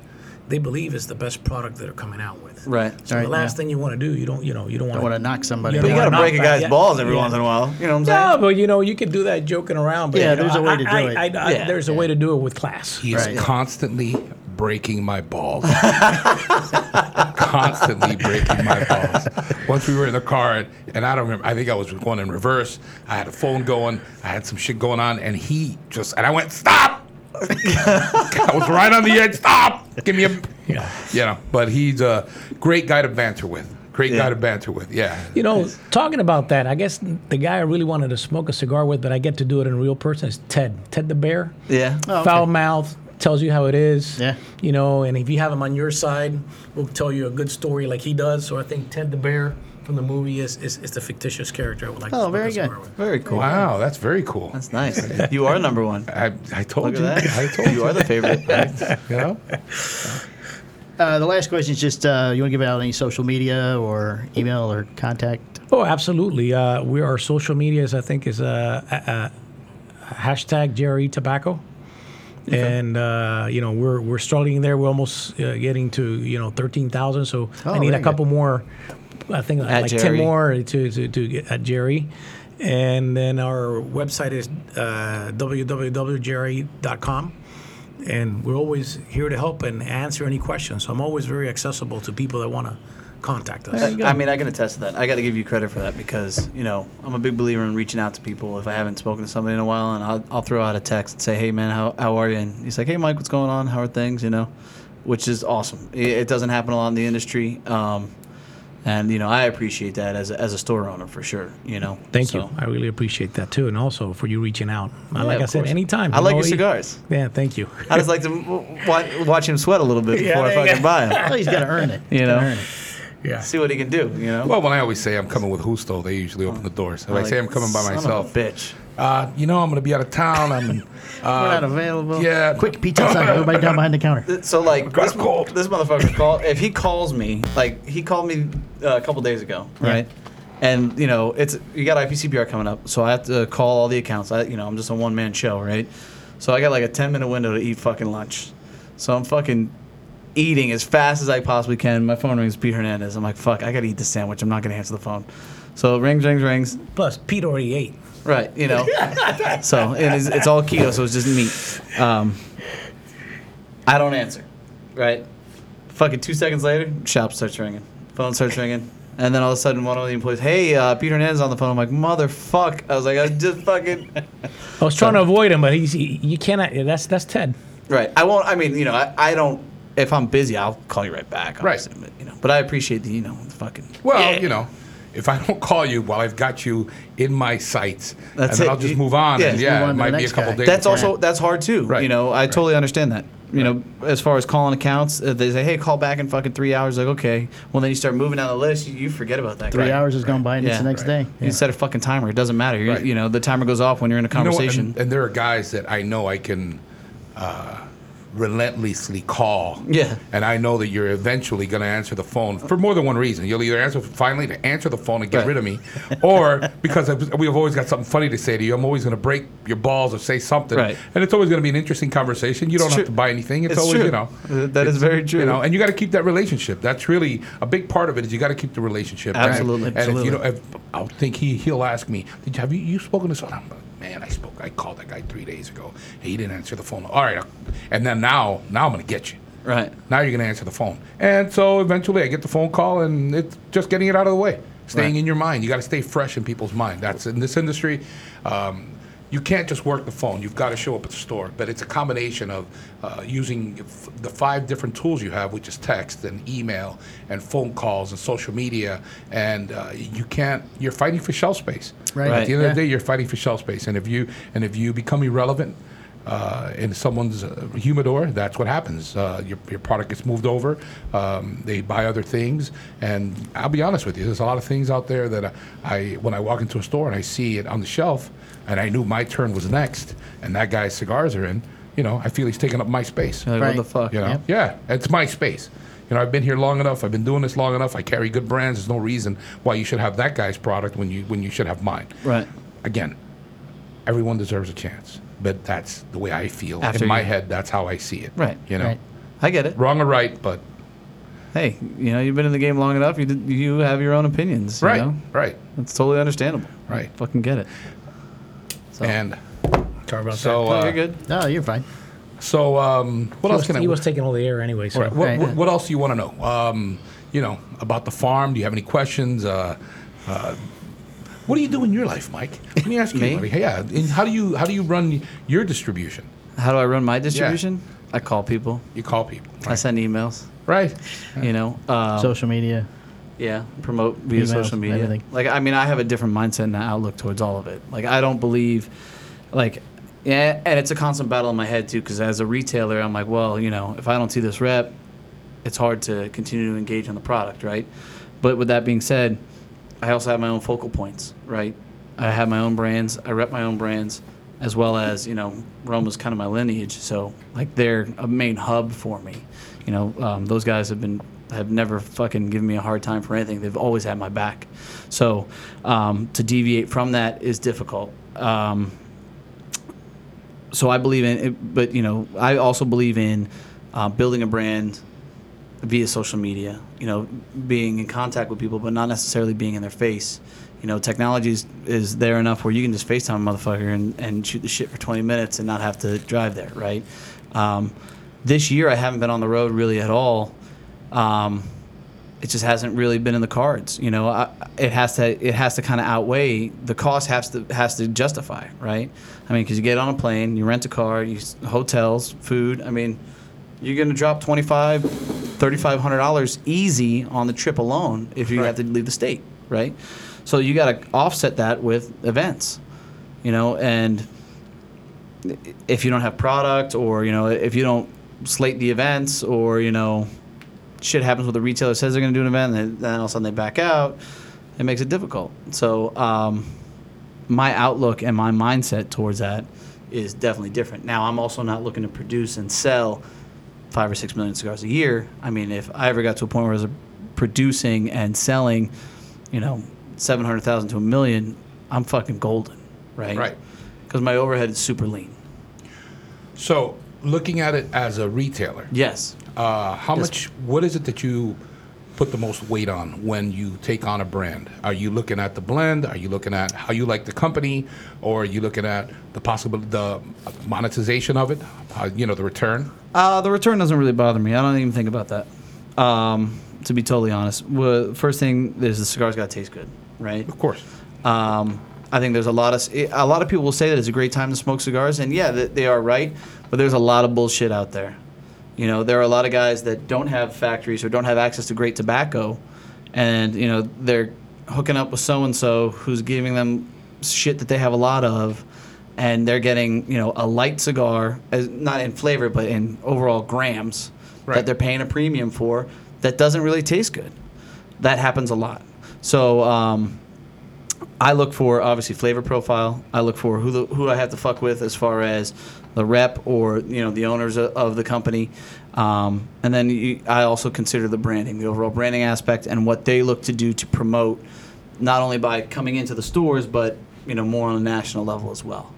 Speaker 4: they believe is the best product that they're coming out with.
Speaker 2: Right.
Speaker 4: So
Speaker 1: Right,
Speaker 4: the last
Speaker 1: yeah.
Speaker 4: thing you want to do, you don't you know you don't
Speaker 1: I want to
Speaker 4: want to.
Speaker 1: knock somebody.
Speaker 4: Yeah,
Speaker 2: But you
Speaker 1: out.
Speaker 2: gotta
Speaker 4: Knock
Speaker 2: break a
Speaker 4: back,
Speaker 2: guy's
Speaker 4: yeah.
Speaker 2: balls every
Speaker 4: Yeah.
Speaker 2: once in a while. You know what I'm saying?
Speaker 4: No, but you know you could do that joking around. But
Speaker 1: Yeah,
Speaker 4: you know,
Speaker 1: there's a way to
Speaker 4: I-
Speaker 1: do it.
Speaker 4: I, I, I,
Speaker 2: Yeah.
Speaker 4: There's a way to do it with class.
Speaker 3: He's
Speaker 1: Right.
Speaker 3: constantly breaking my balls. constantly breaking my balls. Once we were in the car, and, and I don't remember, I think I was going in reverse. I had a phone going, I had some shit going on, and he just, and I went, stop! I was right on the edge, stop! Give me a,
Speaker 4: Yeah.
Speaker 3: you know, but he's a great guy to banter with. Great
Speaker 2: Yeah.
Speaker 3: guy to banter with, yeah.
Speaker 4: You know, talking about that, I guess the guy I really wanted to smoke a cigar with, but I get to do it in real person is Ted. Ted the bear.
Speaker 2: Yeah.
Speaker 1: Oh, okay.
Speaker 4: foul mouth tells you how it is
Speaker 1: Yeah.
Speaker 4: you know and if you have him on your side will tell you a good story like he does so i think ted the bear from the movie is is, is the fictitious character i would like
Speaker 1: Oh,
Speaker 4: to smoke
Speaker 1: very
Speaker 4: a cigar
Speaker 1: good.
Speaker 4: with.
Speaker 2: Very cool.
Speaker 3: Wow, that's very cool.
Speaker 2: That's nice. You are number one.
Speaker 3: I, I told
Speaker 2: Look
Speaker 3: you.
Speaker 2: at
Speaker 3: I
Speaker 2: that.
Speaker 3: told
Speaker 2: you
Speaker 3: you.
Speaker 2: are the favorite.
Speaker 3: You know?
Speaker 1: Uh, the last question is just uh, you want to give out any social media or email or contact?
Speaker 4: oh absolutely uh we our social medias i think is uh, uh, uh hashtag jerry tobacco And uh, you know we're we're struggling there. We're almost uh, getting to you know thirteen thousand. So I
Speaker 1: Oh, very
Speaker 4: need a
Speaker 1: good.
Speaker 4: couple more. I think
Speaker 2: At
Speaker 4: like
Speaker 2: Jerry.
Speaker 4: ten more to to, to get at Jerry, and then our website is uh, www.jerry.com, and we're always here to help and answer any questions. So I'm always very accessible to people that want to contact us.
Speaker 2: I mean, I can attest to that. I got to give you credit for that because you know I'm a big believer in reaching out to people if I haven't spoken to somebody in a while, and I'll, I'll throw out a text and say, "Hey, man, how, how are you?" And he's like, "Hey, Mike, what's going on? How are things?" You know, which is awesome. It, it doesn't happen a lot in the industry, um, and you know I appreciate that as a, as a store owner for sure. You know,
Speaker 4: Thank
Speaker 2: So-
Speaker 4: you. I really appreciate that too, and also for you reaching out. Uh, like
Speaker 2: of
Speaker 4: I said,
Speaker 2: course.
Speaker 4: anytime.
Speaker 2: I
Speaker 4: you
Speaker 2: like
Speaker 4: know,
Speaker 2: your
Speaker 4: you-
Speaker 2: cigars.
Speaker 4: Yeah, thank you.
Speaker 2: I just like to w- watch, watch him sweat a little bit
Speaker 4: Yeah,
Speaker 2: before I
Speaker 4: there you
Speaker 2: fucking
Speaker 4: go.
Speaker 2: buy him.
Speaker 1: Oh, he's got to earn it.
Speaker 2: You
Speaker 1: He's gotta
Speaker 2: know?
Speaker 1: earn it.
Speaker 4: Yeah.
Speaker 2: See what he can do. You know,
Speaker 3: Well, when I always say I'm coming with Husto, they usually open the doors. If I say I'm coming by
Speaker 2: Oh. Son of a
Speaker 3: myself,
Speaker 2: bitch.
Speaker 3: uh, you know, I'm going to be out of town. I'm in,
Speaker 1: We're not
Speaker 3: uh,
Speaker 1: available.
Speaker 3: yeah.
Speaker 1: Quick pizza sign. Everybody down behind the counter.
Speaker 2: So like
Speaker 3: got
Speaker 2: this,
Speaker 3: a cold.
Speaker 2: this motherfucker call if he calls me like he called me uh, a couple days ago right and you know it's you got IPCPR coming up so I have to call all the accounts I you know I'm just a one man show right so I got like a 10 minute window to eat fucking lunch so I'm fucking eating as fast as I possibly can my phone rings Pete Hernandez I'm like fuck I gotta eat this sandwich I'm not gonna answer the phone so it rings rings rings
Speaker 4: Plus, Pete already ate.
Speaker 2: Right, you know. so it is, it's all keto, so it's just meat. Um, I don't answer. Right. Fucking two seconds later, shop starts ringing, phone starts ringing, and then all of a sudden one of the employees, "Hey, uh, Peter Hernandez on the phone." I'm like, "Motherfuck!" I was like, "I just fucking."
Speaker 4: I was trying to avoid him, but he's he, you cannot. That's that's Ted.
Speaker 2: Right. I won't. I mean, you know, I, I don't. If I'm busy, I'll call you right back.
Speaker 3: Right.
Speaker 2: obviously, But, you know, but I appreciate the you know the fucking.
Speaker 3: well, you know, if I don't call you, well, I've got you in my sights.
Speaker 2: That's
Speaker 3: and then
Speaker 2: it.
Speaker 3: I'll just
Speaker 2: You-
Speaker 3: move on.
Speaker 2: yeah,
Speaker 3: and
Speaker 2: just
Speaker 3: yeah,
Speaker 1: move on
Speaker 3: it
Speaker 1: to the
Speaker 3: might be a
Speaker 1: next
Speaker 3: couple
Speaker 1: guy.
Speaker 3: days.
Speaker 2: That's
Speaker 3: before-
Speaker 2: also that's hard too.
Speaker 3: Right.
Speaker 2: You know, I totally understand that. You know, as far as calling accounts, uh, they say, "Hey, call back in fucking three hours." Like, okay. Well, then you start moving down the list. You, you forget about that.
Speaker 1: Three
Speaker 2: guy.
Speaker 1: hours has gone by and it's
Speaker 2: Yeah.
Speaker 1: the next
Speaker 3: Right.
Speaker 1: day.
Speaker 2: You can set a fucking timer. It doesn't matter. You
Speaker 3: Right.
Speaker 2: You know, the timer goes off when you're in a
Speaker 3: You know what,
Speaker 2: conversation.
Speaker 3: and, and there are guys that I know I can uh, relentlessly call.
Speaker 2: Yeah.
Speaker 3: And I know that you're eventually going to answer the phone for more than one reason. You'll either answer finally to answer the phone and get
Speaker 2: Right.
Speaker 3: rid of me, or because I've- we've always got something funny to say to you. I'm always going to break your balls or say something.
Speaker 2: Right.
Speaker 3: And it's always going to be an interesting conversation. You don't
Speaker 2: true.
Speaker 3: have to buy anything. It's,
Speaker 2: It's
Speaker 3: always,
Speaker 2: true.
Speaker 3: you know.
Speaker 2: Th- that is
Speaker 3: it's-
Speaker 2: very true.
Speaker 3: You know, and you got to keep that relationship. That's really a big part of it. Is you got to keep the relationship. And-
Speaker 2: Absolutely.
Speaker 3: And,
Speaker 2: Absolutely.
Speaker 3: if you don't, if, I'll think he he'll ask me, "Did you, have you you spoken to someone?" I'm like, Man, I spoke. I called that guy three days ago. He didn't answer the phone. All right, I'll- and then now now I'm gonna get you.
Speaker 2: Right.
Speaker 3: Now you're gonna answer the phone. And so eventually I get the phone call, and it's just getting it out of the way, staying
Speaker 2: Right.
Speaker 3: in your mind. You got to stay fresh in people's mind. That's in this industry. Um, you can't just work the phone. You've got to show up at the store. But it's a combination of uh, using f- the five different tools you have, which is text and email and phone calls and social media. And uh, you can't. You're fighting for shelf space.
Speaker 1: Right.
Speaker 3: At the end
Speaker 1: Right.
Speaker 3: of the
Speaker 1: Yeah.
Speaker 3: day, you're fighting for shelf space. And if you and if you become irrelevant uh, in someone's uh, humidor, that's what happens. Uh, your, your product gets moved over. Um, they buy other things. And I'll be honest with you, there's a lot of things out there that I, I when I walk into a store and I see it on the shelf, and I knew my turn was next, and that guy's cigars are in. You know, I feel he's taking up my space.
Speaker 2: Like,
Speaker 1: Right.
Speaker 2: What the fuck?
Speaker 3: You know, yeah, it's my space. You know, I've been here long enough. I've been doing this long enough. I carry good brands. There's no reason why you should have that guy's product when you when you should have mine.
Speaker 2: Right.
Speaker 3: Again, everyone deserves a chance, but that's the way I feel
Speaker 2: After
Speaker 3: in my
Speaker 2: you-
Speaker 3: head. That's how I see it.
Speaker 2: Right.
Speaker 3: You know,
Speaker 1: Right.
Speaker 2: I get it.
Speaker 3: wrong or right, but
Speaker 2: Hey, you know, you've been in the game long enough. You did, you have your own opinions. You
Speaker 3: right,
Speaker 2: know?
Speaker 3: right,
Speaker 2: That's totally understandable.
Speaker 3: right.
Speaker 2: Fucking get it. So,
Speaker 3: And
Speaker 4: Sorry about
Speaker 3: so,
Speaker 2: no,
Speaker 3: uh,
Speaker 2: you're good.
Speaker 1: No, Oh, you're fine.
Speaker 3: so um, what
Speaker 4: that. He
Speaker 3: else
Speaker 4: was,
Speaker 3: can I?
Speaker 4: he was taking all the air anyway. So
Speaker 3: All right. What,
Speaker 1: Right.
Speaker 3: what, what else do you want to know? Um, you know about the farm? Do you have any questions? Uh, uh, what do you do in your life, Mike? Let me ask you.
Speaker 2: Me?
Speaker 3: Buddy. Yeah. And how do you how do you run your distribution?
Speaker 2: How do I run my distribution? I call people.
Speaker 3: You call people,
Speaker 2: I
Speaker 3: right?
Speaker 2: send emails.
Speaker 3: right.
Speaker 2: You know. Um,
Speaker 1: Social media.
Speaker 2: Yeah, promote via
Speaker 1: Emails,
Speaker 2: social media.
Speaker 1: everything.
Speaker 2: Like, I mean, I have a different mindset and outlook towards all of it. Like, I don't believe, like, yeah, and it's a constant battle in my head too. Because as a retailer, I'm like, well, you know, if I don't see this rep, it's hard to continue to engage on the product, right? But with that being said, I also have my own focal points, right? I have my own brands. I rep my own brands, as well as you know, Roma's kind of my lineage, so like they're a main hub for me. You know, um, those guys have been have never fucking given me a hard time for anything. They've always had my back. So um, to deviate from that is difficult. Um, so I believe in, it, but you know, I also believe in uh, building a brand via social media. You know, being in contact with people, but not necessarily being in their face. You know, technology is, is there enough where you can just FaceTime a motherfucker and, and shoot the shit for 20 minutes and not have to drive there, right? Um, this year, I haven't been on the road really at all. Um, it just hasn't really been in the cards. You know, I, it has to it has to kind of outweigh the cost has to has to justify, right? I mean, because you get on a plane, you rent a car, you s- hotels, food. I mean, you're going to drop twenty five, thirty five hundred dollars easy on the trip alone if you
Speaker 3: Right.
Speaker 2: have to leave the state, right? So you got to offset that with events, you know, and if you don't have product or you know if you don't slate the events or you know shit happens with the retailer says they're going to do an event and then all of a sudden they back out it makes it difficult so um, my outlook and my mindset towards that is definitely different now i'm also not looking to produce and sell five or six million cigars a year i mean if i ever got to a point where i was producing and selling you know 700000 to a million i'm fucking golden right
Speaker 3: Right.
Speaker 2: because my overhead is super lean
Speaker 3: So looking at it as a retailer,
Speaker 2: Yes.
Speaker 3: Uh, how
Speaker 2: Yes.
Speaker 3: much? What is it that you put the most weight on when you take on a brand? Are you looking at the blend? Are you looking at how you like the company, or are you looking at the possible the monetization of it? Uh, you know, the return.
Speaker 2: Uh, the return doesn't really bother me. I don't even think about that. Um, to be totally honest, Wha- first thing is the cigar's got to taste good, right?
Speaker 3: Of course,
Speaker 2: Um, I think there's a lot of a lot of people will say that it's a great time to smoke cigars, and yeah, th- they are right. But there's a lot of bullshit out there. You know, there are a lot of guys that don't have factories or don't have access to great tobacco, and you know they're hooking up with so and so who's giving them shit that they have a lot of, and they're getting you know a light cigar, as, not in flavor but in overall grams
Speaker 3: Right.
Speaker 2: that they're paying a premium for that doesn't really taste good. That happens a lot. So um, I look for obviously flavor profile. I look for who the, who I have to fuck with as far as the rep or you know the owners of, of the company. Um, and then you, I also consider the branding, the overall branding aspect, and what they look to do to promote, not only by coming into the stores, but you know more on a national level as well.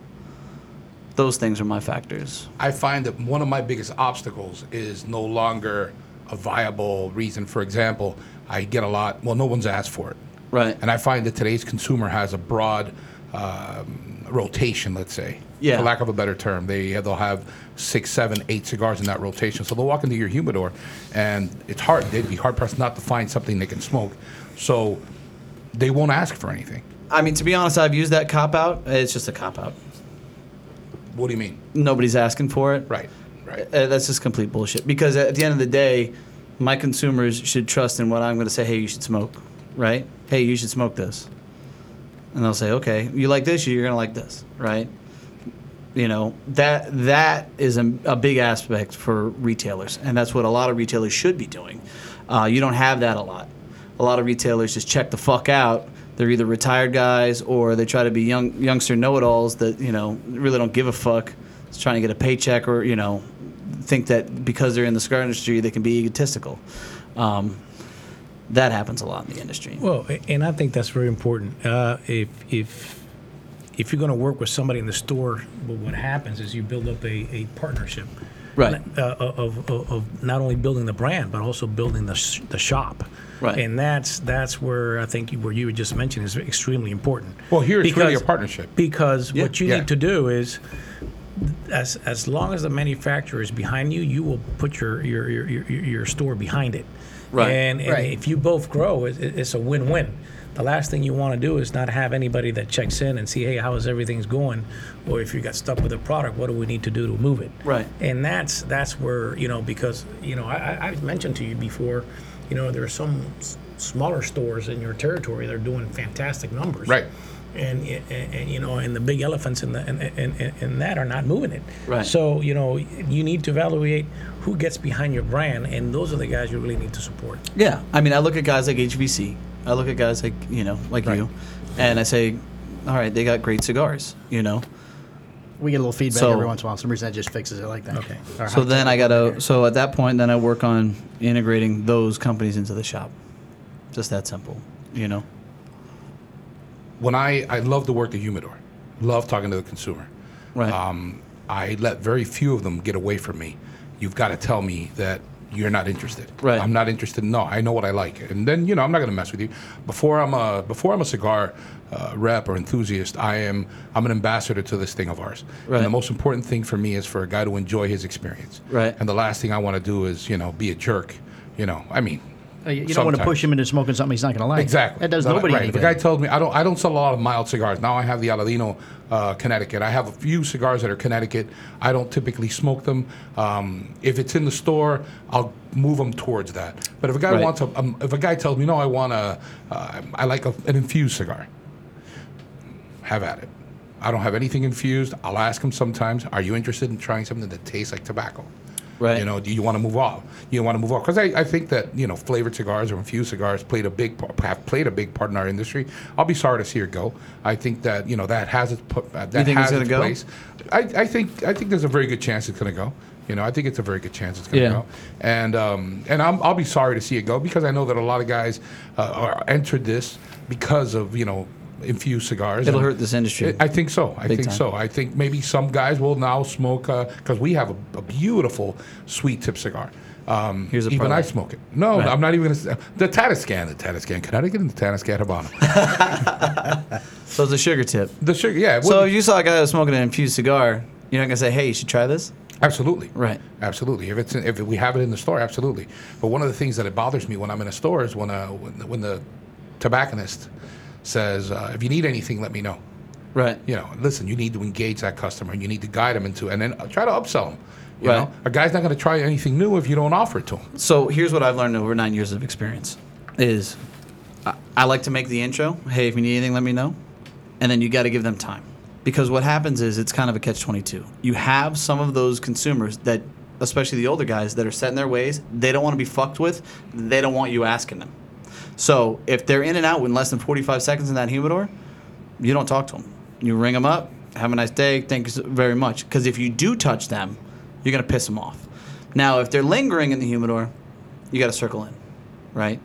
Speaker 2: Those things are my factors.
Speaker 3: I find that one of my biggest obstacles is no longer a viable reason. For example, I get a lot, well, no one's asked for it.
Speaker 2: Right.
Speaker 3: And I find that today's consumer has a broad um, rotation, let's say,
Speaker 2: Yeah.
Speaker 3: for lack of a better term. They, they'll have six, seven, eight cigars in that rotation. So they'll walk into your humidor, and it's hard. They'd be hard pressed not to find something they can smoke. So they won't ask for anything.
Speaker 2: I mean, to be honest, I've used that cop out. It's just a cop out.
Speaker 3: What do you mean?
Speaker 2: Nobody's asking for it.
Speaker 3: Right, right.
Speaker 2: Uh, that's just complete bullshit. Because at the end of the day, my consumers should trust in what I'm going to say. Hey, you should smoke, right? Hey, you should smoke this, and they'll say, okay, you like this, you're going to like this, right? You know that that is a, a big aspect for retailers, and that's what a lot of retailers should be doing. Uh, you don't have that a lot. A lot of retailers just check the fuck out. They're either retired guys or they try to be young youngster know-it-alls that you know really don't give a fuck. Just trying to get a paycheck or you know think that because they're in the cigar industry, they can be egotistical. Um, that happens a lot in the industry.
Speaker 4: Well, a- and I think that's very important. Uh, if if if you're going to work with somebody in the store, well, what happens is you build up a, a partnership.
Speaker 2: Right.
Speaker 4: Uh, of, of, of not only building the brand but also building the, sh- the shop.
Speaker 2: Right.
Speaker 4: And that's that's where I think you, where you were just mentioned is extremely important.
Speaker 3: Well, here it's really
Speaker 4: Because-
Speaker 3: a partnership.
Speaker 4: Because what you
Speaker 3: Yeah.
Speaker 4: need to do is as as long as the manufacturer is behind you, you will put your your your, your, your store behind it.
Speaker 2: Right.
Speaker 4: And, and
Speaker 3: Right.
Speaker 4: if you both grow, it, it- it's a win-win. The last thing you want to do is not have anybody that checks in and see, hey, how is everything's going, or if you got stuck with a product, what do we need to do to move it?
Speaker 2: Right.
Speaker 4: And that's that's where you know because you know I, I I've mentioned to you before, you know there are some s- smaller stores in your territory that are doing fantastic numbers
Speaker 3: Right.
Speaker 4: and, and, and you know, and the big elephants in the and in, in, in that are not moving it.
Speaker 2: Right.
Speaker 4: So you know, you need to evaluate who gets behind your brand, and those are the guys you really need to support.
Speaker 2: Yeah, I mean, I look at guys like HVC. I look at guys like you know, like you, and I say, all right, they got great cigars, you know.
Speaker 1: We get a little feedback
Speaker 2: So-
Speaker 1: every once in a while. For some reason that just fixes it like that. Okay.
Speaker 2: So then I gotta. So at that point, then I work on integrating those companies into the shop. Just that simple, you know.
Speaker 3: When I, I love to work the humidor, love talking to the consumer.
Speaker 2: Right.
Speaker 3: um, I let very few of them get away from me. You've got to tell me that you're not interested.
Speaker 2: Right.
Speaker 3: I'm not interested. No, I know what I like, and then you know I'm not going to mess with you. Before I'm a before I'm a cigar uh, rep or enthusiast, I am I'm an ambassador to this thing of ours.
Speaker 2: Right.
Speaker 3: And the most important thing for me is for a guy to enjoy his experience.
Speaker 2: Right.
Speaker 3: And the last thing I want to do is you know be a jerk. You know, I mean.
Speaker 1: Uh, you you don't want to
Speaker 3: sometimes.
Speaker 1: push him into smoking something he's not going to like.
Speaker 3: Exactly.
Speaker 1: That does
Speaker 3: No,
Speaker 1: nobody
Speaker 3: Right.
Speaker 1: any
Speaker 3: If a
Speaker 1: good.
Speaker 3: guy told me I don't I don't sell a lot of mild cigars. Now I have the Aladino, uh, Connecticut. I have a few cigars that are Connecticut. I don't typically smoke them. Um, if it's in the store, I'll move them towards that. But if a guy
Speaker 2: Right.
Speaker 3: wants a, um, if a guy tells me no, I want a, uh, I like a, an infused cigar. Have at it. I don't have anything infused. I'll ask him sometimes. Are you interested in trying something that tastes like tobacco?
Speaker 2: Right.
Speaker 3: You know, do you want to move off? You want to move off because I, I think that you know flavored cigars or infused cigars played a big par- have played a big part in our industry. I'll be sorry to see it go. I think that you know that has its pu- uh, that
Speaker 2: think it's
Speaker 3: has
Speaker 2: gonna
Speaker 3: its
Speaker 2: go?
Speaker 3: place. I, I think I think there's a very good chance it's going to go. You know, I think it's a very good chance it's going to
Speaker 2: Yeah.
Speaker 3: go. And um, and I'm, I'll be sorry to see it go because I know that a lot of guys uh, are entered this because of you know infused cigars.
Speaker 2: It'll
Speaker 3: And
Speaker 2: hurt this industry.
Speaker 3: it- I think so. I
Speaker 2: Big
Speaker 3: think
Speaker 2: time.
Speaker 3: so. I think maybe some guys will now smoke because we have a, a beautiful sweet tip cigar. Um,
Speaker 2: Here's a
Speaker 3: even
Speaker 2: parlay.
Speaker 3: I smoke it. No,
Speaker 2: Right.
Speaker 3: I'm not even going to. The Tatiscan, the Tatiscan Connecticut, and the Tatiscan Habano.
Speaker 2: so it's a sugar tip.
Speaker 3: the sugar, yeah. it
Speaker 2: So
Speaker 3: would-
Speaker 2: if you saw a guy that was smoking an infused cigar, you're not gonna say, hey, you should try this.
Speaker 3: Absolutely.
Speaker 2: Right.
Speaker 3: Absolutely. If it's in, if we have it in the store, absolutely. But one of the things that it bothers me when I'm in a store is when uh when, the- when the tobacconist says, uh, "If you need anything, let me know."
Speaker 2: Right.
Speaker 3: You know, listen, you need to engage that customer, and you need to guide them into, and then try to upsell them. You
Speaker 2: Right.
Speaker 3: know, a guy's not going to try anything new if you don't offer it to him.
Speaker 2: So here's what I've learned over nine years of experience is I, I like to make the intro. Hey, if you need anything, let me know. And then you got to give them time because what happens is it's kind of a catch 22. You have some of those consumers that, especially the older guys that are set in their ways, they don't want to be fucked with. They don't want you asking them. So if they're in and out in less than 45 seconds in that humidor, you don't talk to them. You ring them up. have a nice day, thank you so- very much. Because if you do touch them, you're gonna piss them off. Now, if they're lingering in the humidor, you got to circle in, right?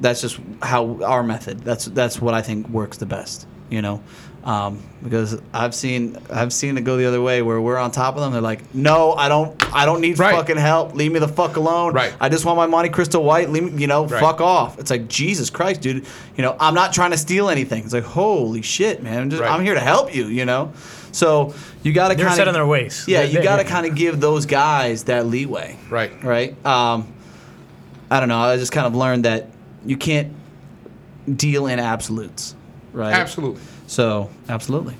Speaker 2: That's just how our method. That's that's what I think works the best, you know. Um, because I've seen I've seen it go the other way where we're on top of them. They're like, no, I don't I don't need
Speaker 3: Right.
Speaker 2: fucking help. Leave me the fuck alone.
Speaker 3: Right.
Speaker 2: I just want my Monte Cristo White. Leave me, you know,
Speaker 3: Right.
Speaker 2: fuck off. It's like Jesus Christ, dude. You know, I'm not trying to steal anything. It's like holy shit, man. I'm, just,
Speaker 3: Right.
Speaker 2: I'm here to help you. You know. So you got to
Speaker 4: They're
Speaker 2: kind of
Speaker 4: set in their ways.
Speaker 2: Yeah,
Speaker 4: They're-
Speaker 2: you got to
Speaker 4: they're-
Speaker 2: kind of give those guys that leeway
Speaker 3: Right.
Speaker 2: right? Um, I don't know. I just kind of learned that you can't deal in absolutes, right?
Speaker 3: Absolutely.
Speaker 2: So absolutely,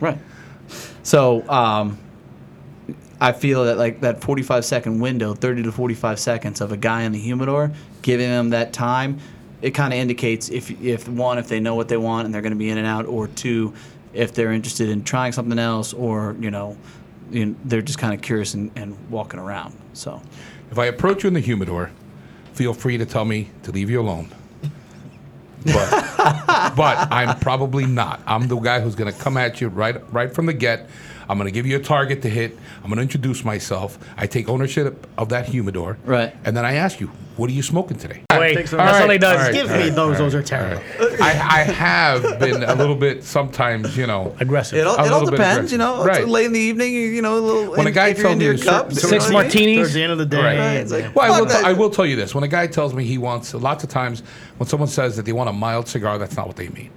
Speaker 2: right. So um, I feel that like that 45 second window, 30 to 45 seconds of a guy in the humidor, giving them that time, it kind of indicates if if one if they know what they want and they're going to be in and out, or two if they're interested in trying something else, or you know. You know, they're just kind of curious and, and walking around. So,
Speaker 3: If I approach you in the humidor, feel free to tell me to leave you alone. But, but I'm probably not. I'm the guy who's going to come at you right right from the get. I'm going to give you a target to hit. I'm going to introduce myself. I take ownership of that humidor.
Speaker 2: Right.
Speaker 3: And then I ask you, what are you smoking today?
Speaker 4: Wait,
Speaker 1: Thanks
Speaker 4: that's
Speaker 1: for-
Speaker 4: all he
Speaker 3: Alright,
Speaker 4: does.
Speaker 3: alright.
Speaker 1: Give me those. Those are terrible.
Speaker 3: I, I have been a little bit sometimes, you know.
Speaker 4: Aggressive.
Speaker 2: It all,
Speaker 3: A
Speaker 2: it all
Speaker 3: little bit
Speaker 2: depends, you know.
Speaker 3: aggressive.
Speaker 2: It's
Speaker 3: Right.
Speaker 2: late in the evening, you, you know, a little.
Speaker 3: When a
Speaker 2: if-
Speaker 3: guy
Speaker 2: if you're
Speaker 3: tells
Speaker 2: into
Speaker 3: you
Speaker 2: your
Speaker 3: cer-
Speaker 2: cup,
Speaker 3: six
Speaker 2: you know
Speaker 4: Six
Speaker 2: what I mean?
Speaker 4: martinis.
Speaker 1: Towards the end of the day.
Speaker 3: Right.
Speaker 2: Right, it's like,
Speaker 3: Well, I
Speaker 2: fuck
Speaker 3: will,
Speaker 2: that.
Speaker 3: I will tell you this. When a guy tells me he wants, a lots of times, when someone says that they want a mild cigar, that's not what they mean.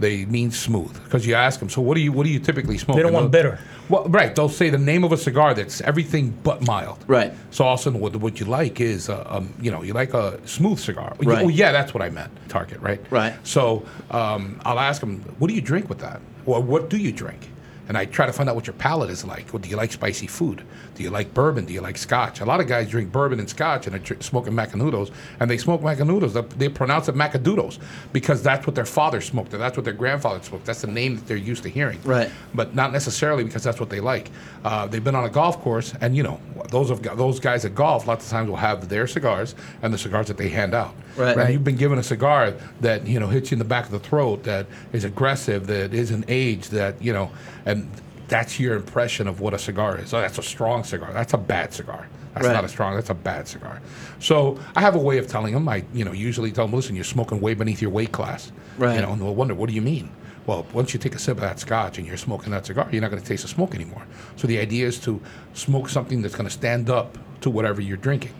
Speaker 3: They mean smooth. Because you ask them, so what do you, what do you typically smoke?
Speaker 4: They don't
Speaker 3: And
Speaker 4: want
Speaker 3: they'll-
Speaker 4: bitter.
Speaker 3: Well, right. They'll say the name of a cigar that's everything but mild.
Speaker 2: Right.
Speaker 3: So, Austin, what, what you like is, uh, um, you know, you like a smooth cigar. You-
Speaker 2: Right.
Speaker 3: Oh, yeah, that's what I meant. Target, right?
Speaker 2: Right.
Speaker 3: So um, I'll ask them, what do you drink with that? Or what do you drink? And I try to find out what your palate is like. Well, do you like spicy food? Do you like bourbon? Do you like scotch? A lot of guys drink bourbon and scotch and are dr- smoking macanudos, and they smoke macanudos. They- They pronounce it macadudos because that's what their father smoked, or that's what their grandfather smoked. That's the name that they're used to hearing
Speaker 2: Right.
Speaker 3: but not necessarily because that's what they like. Uh, they've been on a golf course, and you know those of those guys at golf, lots of times will have their cigars and the cigars that they hand out.
Speaker 2: Right.
Speaker 3: And
Speaker 2: Right.
Speaker 3: you've been given a cigar that you know hits you in the back of the throat, that is aggressive, that is an age, that you know, and that's your impression of what a cigar is. Oh, that's a strong cigar. That's a bad cigar. That's
Speaker 2: Right.
Speaker 3: not a strong. That's a bad cigar. So I have a way of telling them. I you know usually tell them, listen, you're smoking way beneath your weight class.
Speaker 2: Right.
Speaker 3: You know, and they'll wonder, what do you mean? Well, once you take a sip of that scotch and you're smoking that cigar, you're not going to taste the smoke anymore. So the idea is to smoke something that's going to stand up to whatever you're drinking.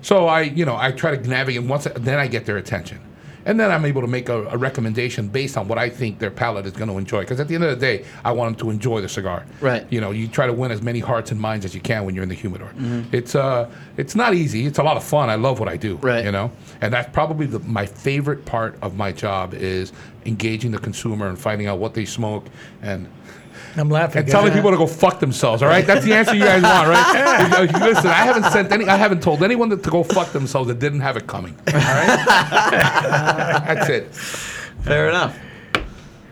Speaker 3: So I, you know, I try to navigate. Once, then I get their attention, and then I'm able to make a, a recommendation based on what I think their palate is going to enjoy. Because at the end of the day, I want them to enjoy the cigar.
Speaker 2: Right.
Speaker 3: You know, you try to win as many hearts and minds as you can when you're in the humidor.
Speaker 2: Mm-hmm.
Speaker 3: It's uh, it's not easy. It's a lot of fun. I love what I do.
Speaker 2: Right.
Speaker 3: You know, and that's probably the, my favorite part of my job is engaging the consumer and finding out what they smoke and
Speaker 4: I'm laughing.
Speaker 3: and telling people to go fuck themselves. All right, that's the answer you guys want, right? You know, Listen, I haven't sent any. I haven't told anyone to, to go fuck themselves that didn't have it coming. All right, that's it.
Speaker 2: Fair enough.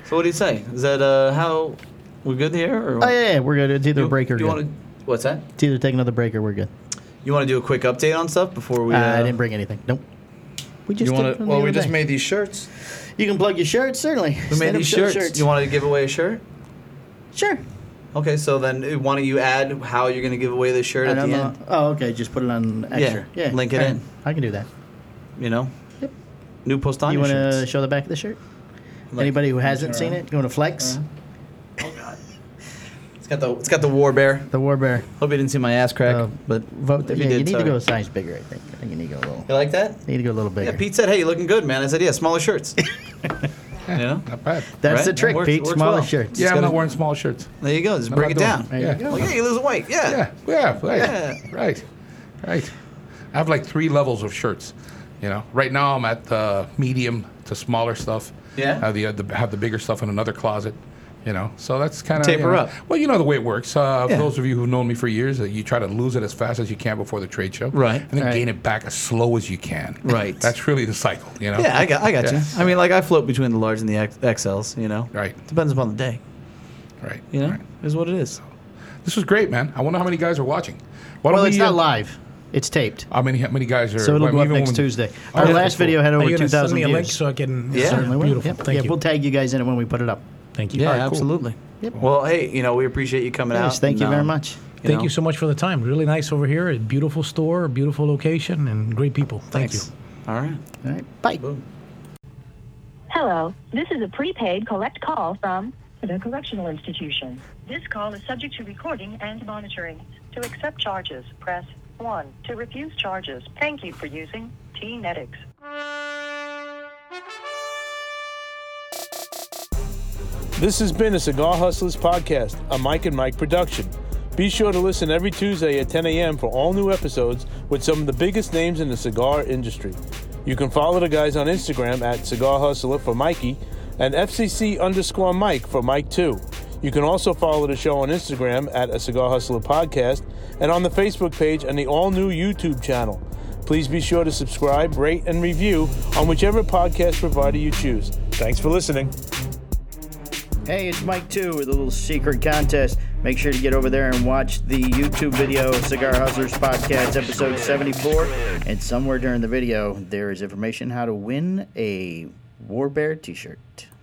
Speaker 2: So what do you say? Is that uh, how we're good here? Or
Speaker 1: Oh yeah, yeah, we're good. It's either a break or
Speaker 2: you
Speaker 1: good.
Speaker 2: Wanna, what's that?
Speaker 1: It's either take another break or we're good.
Speaker 2: You want to do a quick update on stuff before we? Uh,
Speaker 1: I didn't bring anything. Nope. We just
Speaker 2: you
Speaker 1: did
Speaker 2: want
Speaker 1: it
Speaker 2: to?
Speaker 1: on the
Speaker 2: Well, we
Speaker 1: other
Speaker 2: just
Speaker 1: day.
Speaker 2: made these shirts.
Speaker 1: You can plug your shirts certainly.
Speaker 2: We made
Speaker 1: Stand-up
Speaker 2: these
Speaker 1: show
Speaker 2: shirts. You want to give away a shirt?
Speaker 1: sure.
Speaker 2: Okay, so then uh, why don't you add how you're going to give away the shirt at
Speaker 1: And
Speaker 2: the
Speaker 1: on the-
Speaker 2: end?
Speaker 1: oh, okay. Just put it on extra.
Speaker 2: Yeah,
Speaker 1: Yeah.
Speaker 2: link it
Speaker 1: All right,
Speaker 2: in.
Speaker 1: I can do that.
Speaker 2: You know.
Speaker 1: Yep.
Speaker 2: New Postania
Speaker 1: you want to
Speaker 2: shirts.
Speaker 1: show the back of the shirt? Anybody who hasn't seen it, you want to flex?
Speaker 2: It's got the it's got the war bear.
Speaker 1: The War Bear.
Speaker 2: Hope you didn't see my ass crack,
Speaker 1: Uh,
Speaker 2: but
Speaker 1: Vote.
Speaker 2: if
Speaker 1: yeah,
Speaker 2: you did,
Speaker 1: you need
Speaker 2: sorry.
Speaker 1: to go a size bigger. I think. I think you need to go a little.
Speaker 2: You like that?
Speaker 1: Need to go a little bigger.
Speaker 2: Yeah, Pete said, "Hey, you're looking good, man." I said, "Yeah, smaller shirts." you know,
Speaker 3: Not bad.
Speaker 1: That's
Speaker 2: Right?
Speaker 1: the trick,
Speaker 2: Works-
Speaker 1: Pete.
Speaker 2: works
Speaker 1: Smaller
Speaker 2: well.
Speaker 1: shirts.
Speaker 3: Yeah, I'm
Speaker 2: gotta-
Speaker 3: not wearing small shirts.
Speaker 2: there you go. Just
Speaker 3: I'm
Speaker 2: break it
Speaker 3: not
Speaker 2: down.
Speaker 3: doing
Speaker 1: There
Speaker 3: Yeah.
Speaker 1: you go.
Speaker 2: Well, yeah, you're losing weight. Yeah.
Speaker 3: Yeah, yeah, right,
Speaker 2: Yeah.
Speaker 3: right, right. I have like three levels of shirts. You know, right now I'm at the medium to smaller stuff.
Speaker 2: Yeah.
Speaker 3: Have the, uh, the have the bigger stuff in another closet. You know, so that's kind of
Speaker 2: Taper
Speaker 3: you know-
Speaker 2: up.
Speaker 3: Well, you know the way it works. Uh,
Speaker 2: Yeah.
Speaker 3: For those of you who've known me for years, uh, you try to lose it as fast as you can before the trade show,
Speaker 2: Right.
Speaker 3: And then
Speaker 1: Right.
Speaker 3: gain it back as slow as you can.
Speaker 2: Right.
Speaker 3: That's really the cycle. You know.
Speaker 2: Yeah, I got, I got you.
Speaker 3: Yeah.
Speaker 2: I mean, like I float between the large and the X- XLs. You know,
Speaker 3: Right.
Speaker 2: Depends upon the day.
Speaker 3: Right.
Speaker 2: You know,
Speaker 3: right.
Speaker 2: is what it is.
Speaker 3: This was great, man. I wonder how many guys are watching. Why don't
Speaker 1: Well, it's
Speaker 3: we,
Speaker 1: not
Speaker 3: uh,
Speaker 1: live. It's taped.
Speaker 3: How many how many guys are?
Speaker 1: So it'll
Speaker 3: I
Speaker 1: go
Speaker 3: mean,
Speaker 1: up
Speaker 3: even
Speaker 1: next
Speaker 3: when-
Speaker 1: Tuesday.
Speaker 3: Oh,
Speaker 1: Our
Speaker 3: yeah,
Speaker 1: last
Speaker 3: cool.
Speaker 1: video had
Speaker 4: Are you
Speaker 1: over
Speaker 4: gonna
Speaker 1: two
Speaker 4: send
Speaker 1: thousand
Speaker 4: me a link
Speaker 1: views.
Speaker 4: so I can?
Speaker 2: Yeah.
Speaker 1: Certainly will.
Speaker 4: Beautiful.
Speaker 1: Yep.
Speaker 4: Thank
Speaker 1: yeah,
Speaker 4: you.
Speaker 1: we'll tag you guys in it when we put it up.
Speaker 4: Thank you.
Speaker 2: Yeah,
Speaker 3: cool.
Speaker 2: absolutely. Well, hey, you know, we appreciate you coming
Speaker 5: Yes,
Speaker 2: out.
Speaker 5: thank you
Speaker 2: and,
Speaker 5: very
Speaker 2: um,
Speaker 5: much.
Speaker 4: Thank
Speaker 2: know,
Speaker 4: you so much for the time. Really nice over here. A beautiful store, beautiful location, and great people. Thank
Speaker 2: thanks.
Speaker 4: you.
Speaker 2: All right.
Speaker 5: All right, bye.
Speaker 6: Hello, this is a prepaid collect call from the correctional institution. This call is subject to recording and monitoring. To accept charges, press 1. To refuse charges, thank you for using T-Netics.
Speaker 7: This has been a Cigar Hustlers podcast, a Mike and Mike production. Be sure to listen every Tuesday at 10 a.m. for all new episodes with some of the biggest names in the cigar industry. You can follow the guys on Instagram at Cigar Hustler for Mikey and FCC underscore Mike for Mike 2. You can also follow the show on Instagram at a Cigar Hustler podcast and on the Facebook page and the all new YouTube channel. Please be sure to subscribe, rate, and review on whichever podcast provider you choose. Thanks for listening.
Speaker 1: Hey, it's Mike too with a little secret contest. Make sure to get over there and watch the YouTube video Cigar Hustlers Podcast episode 74. And somewhere during the video, there is information how to win a War Bear t-shirt.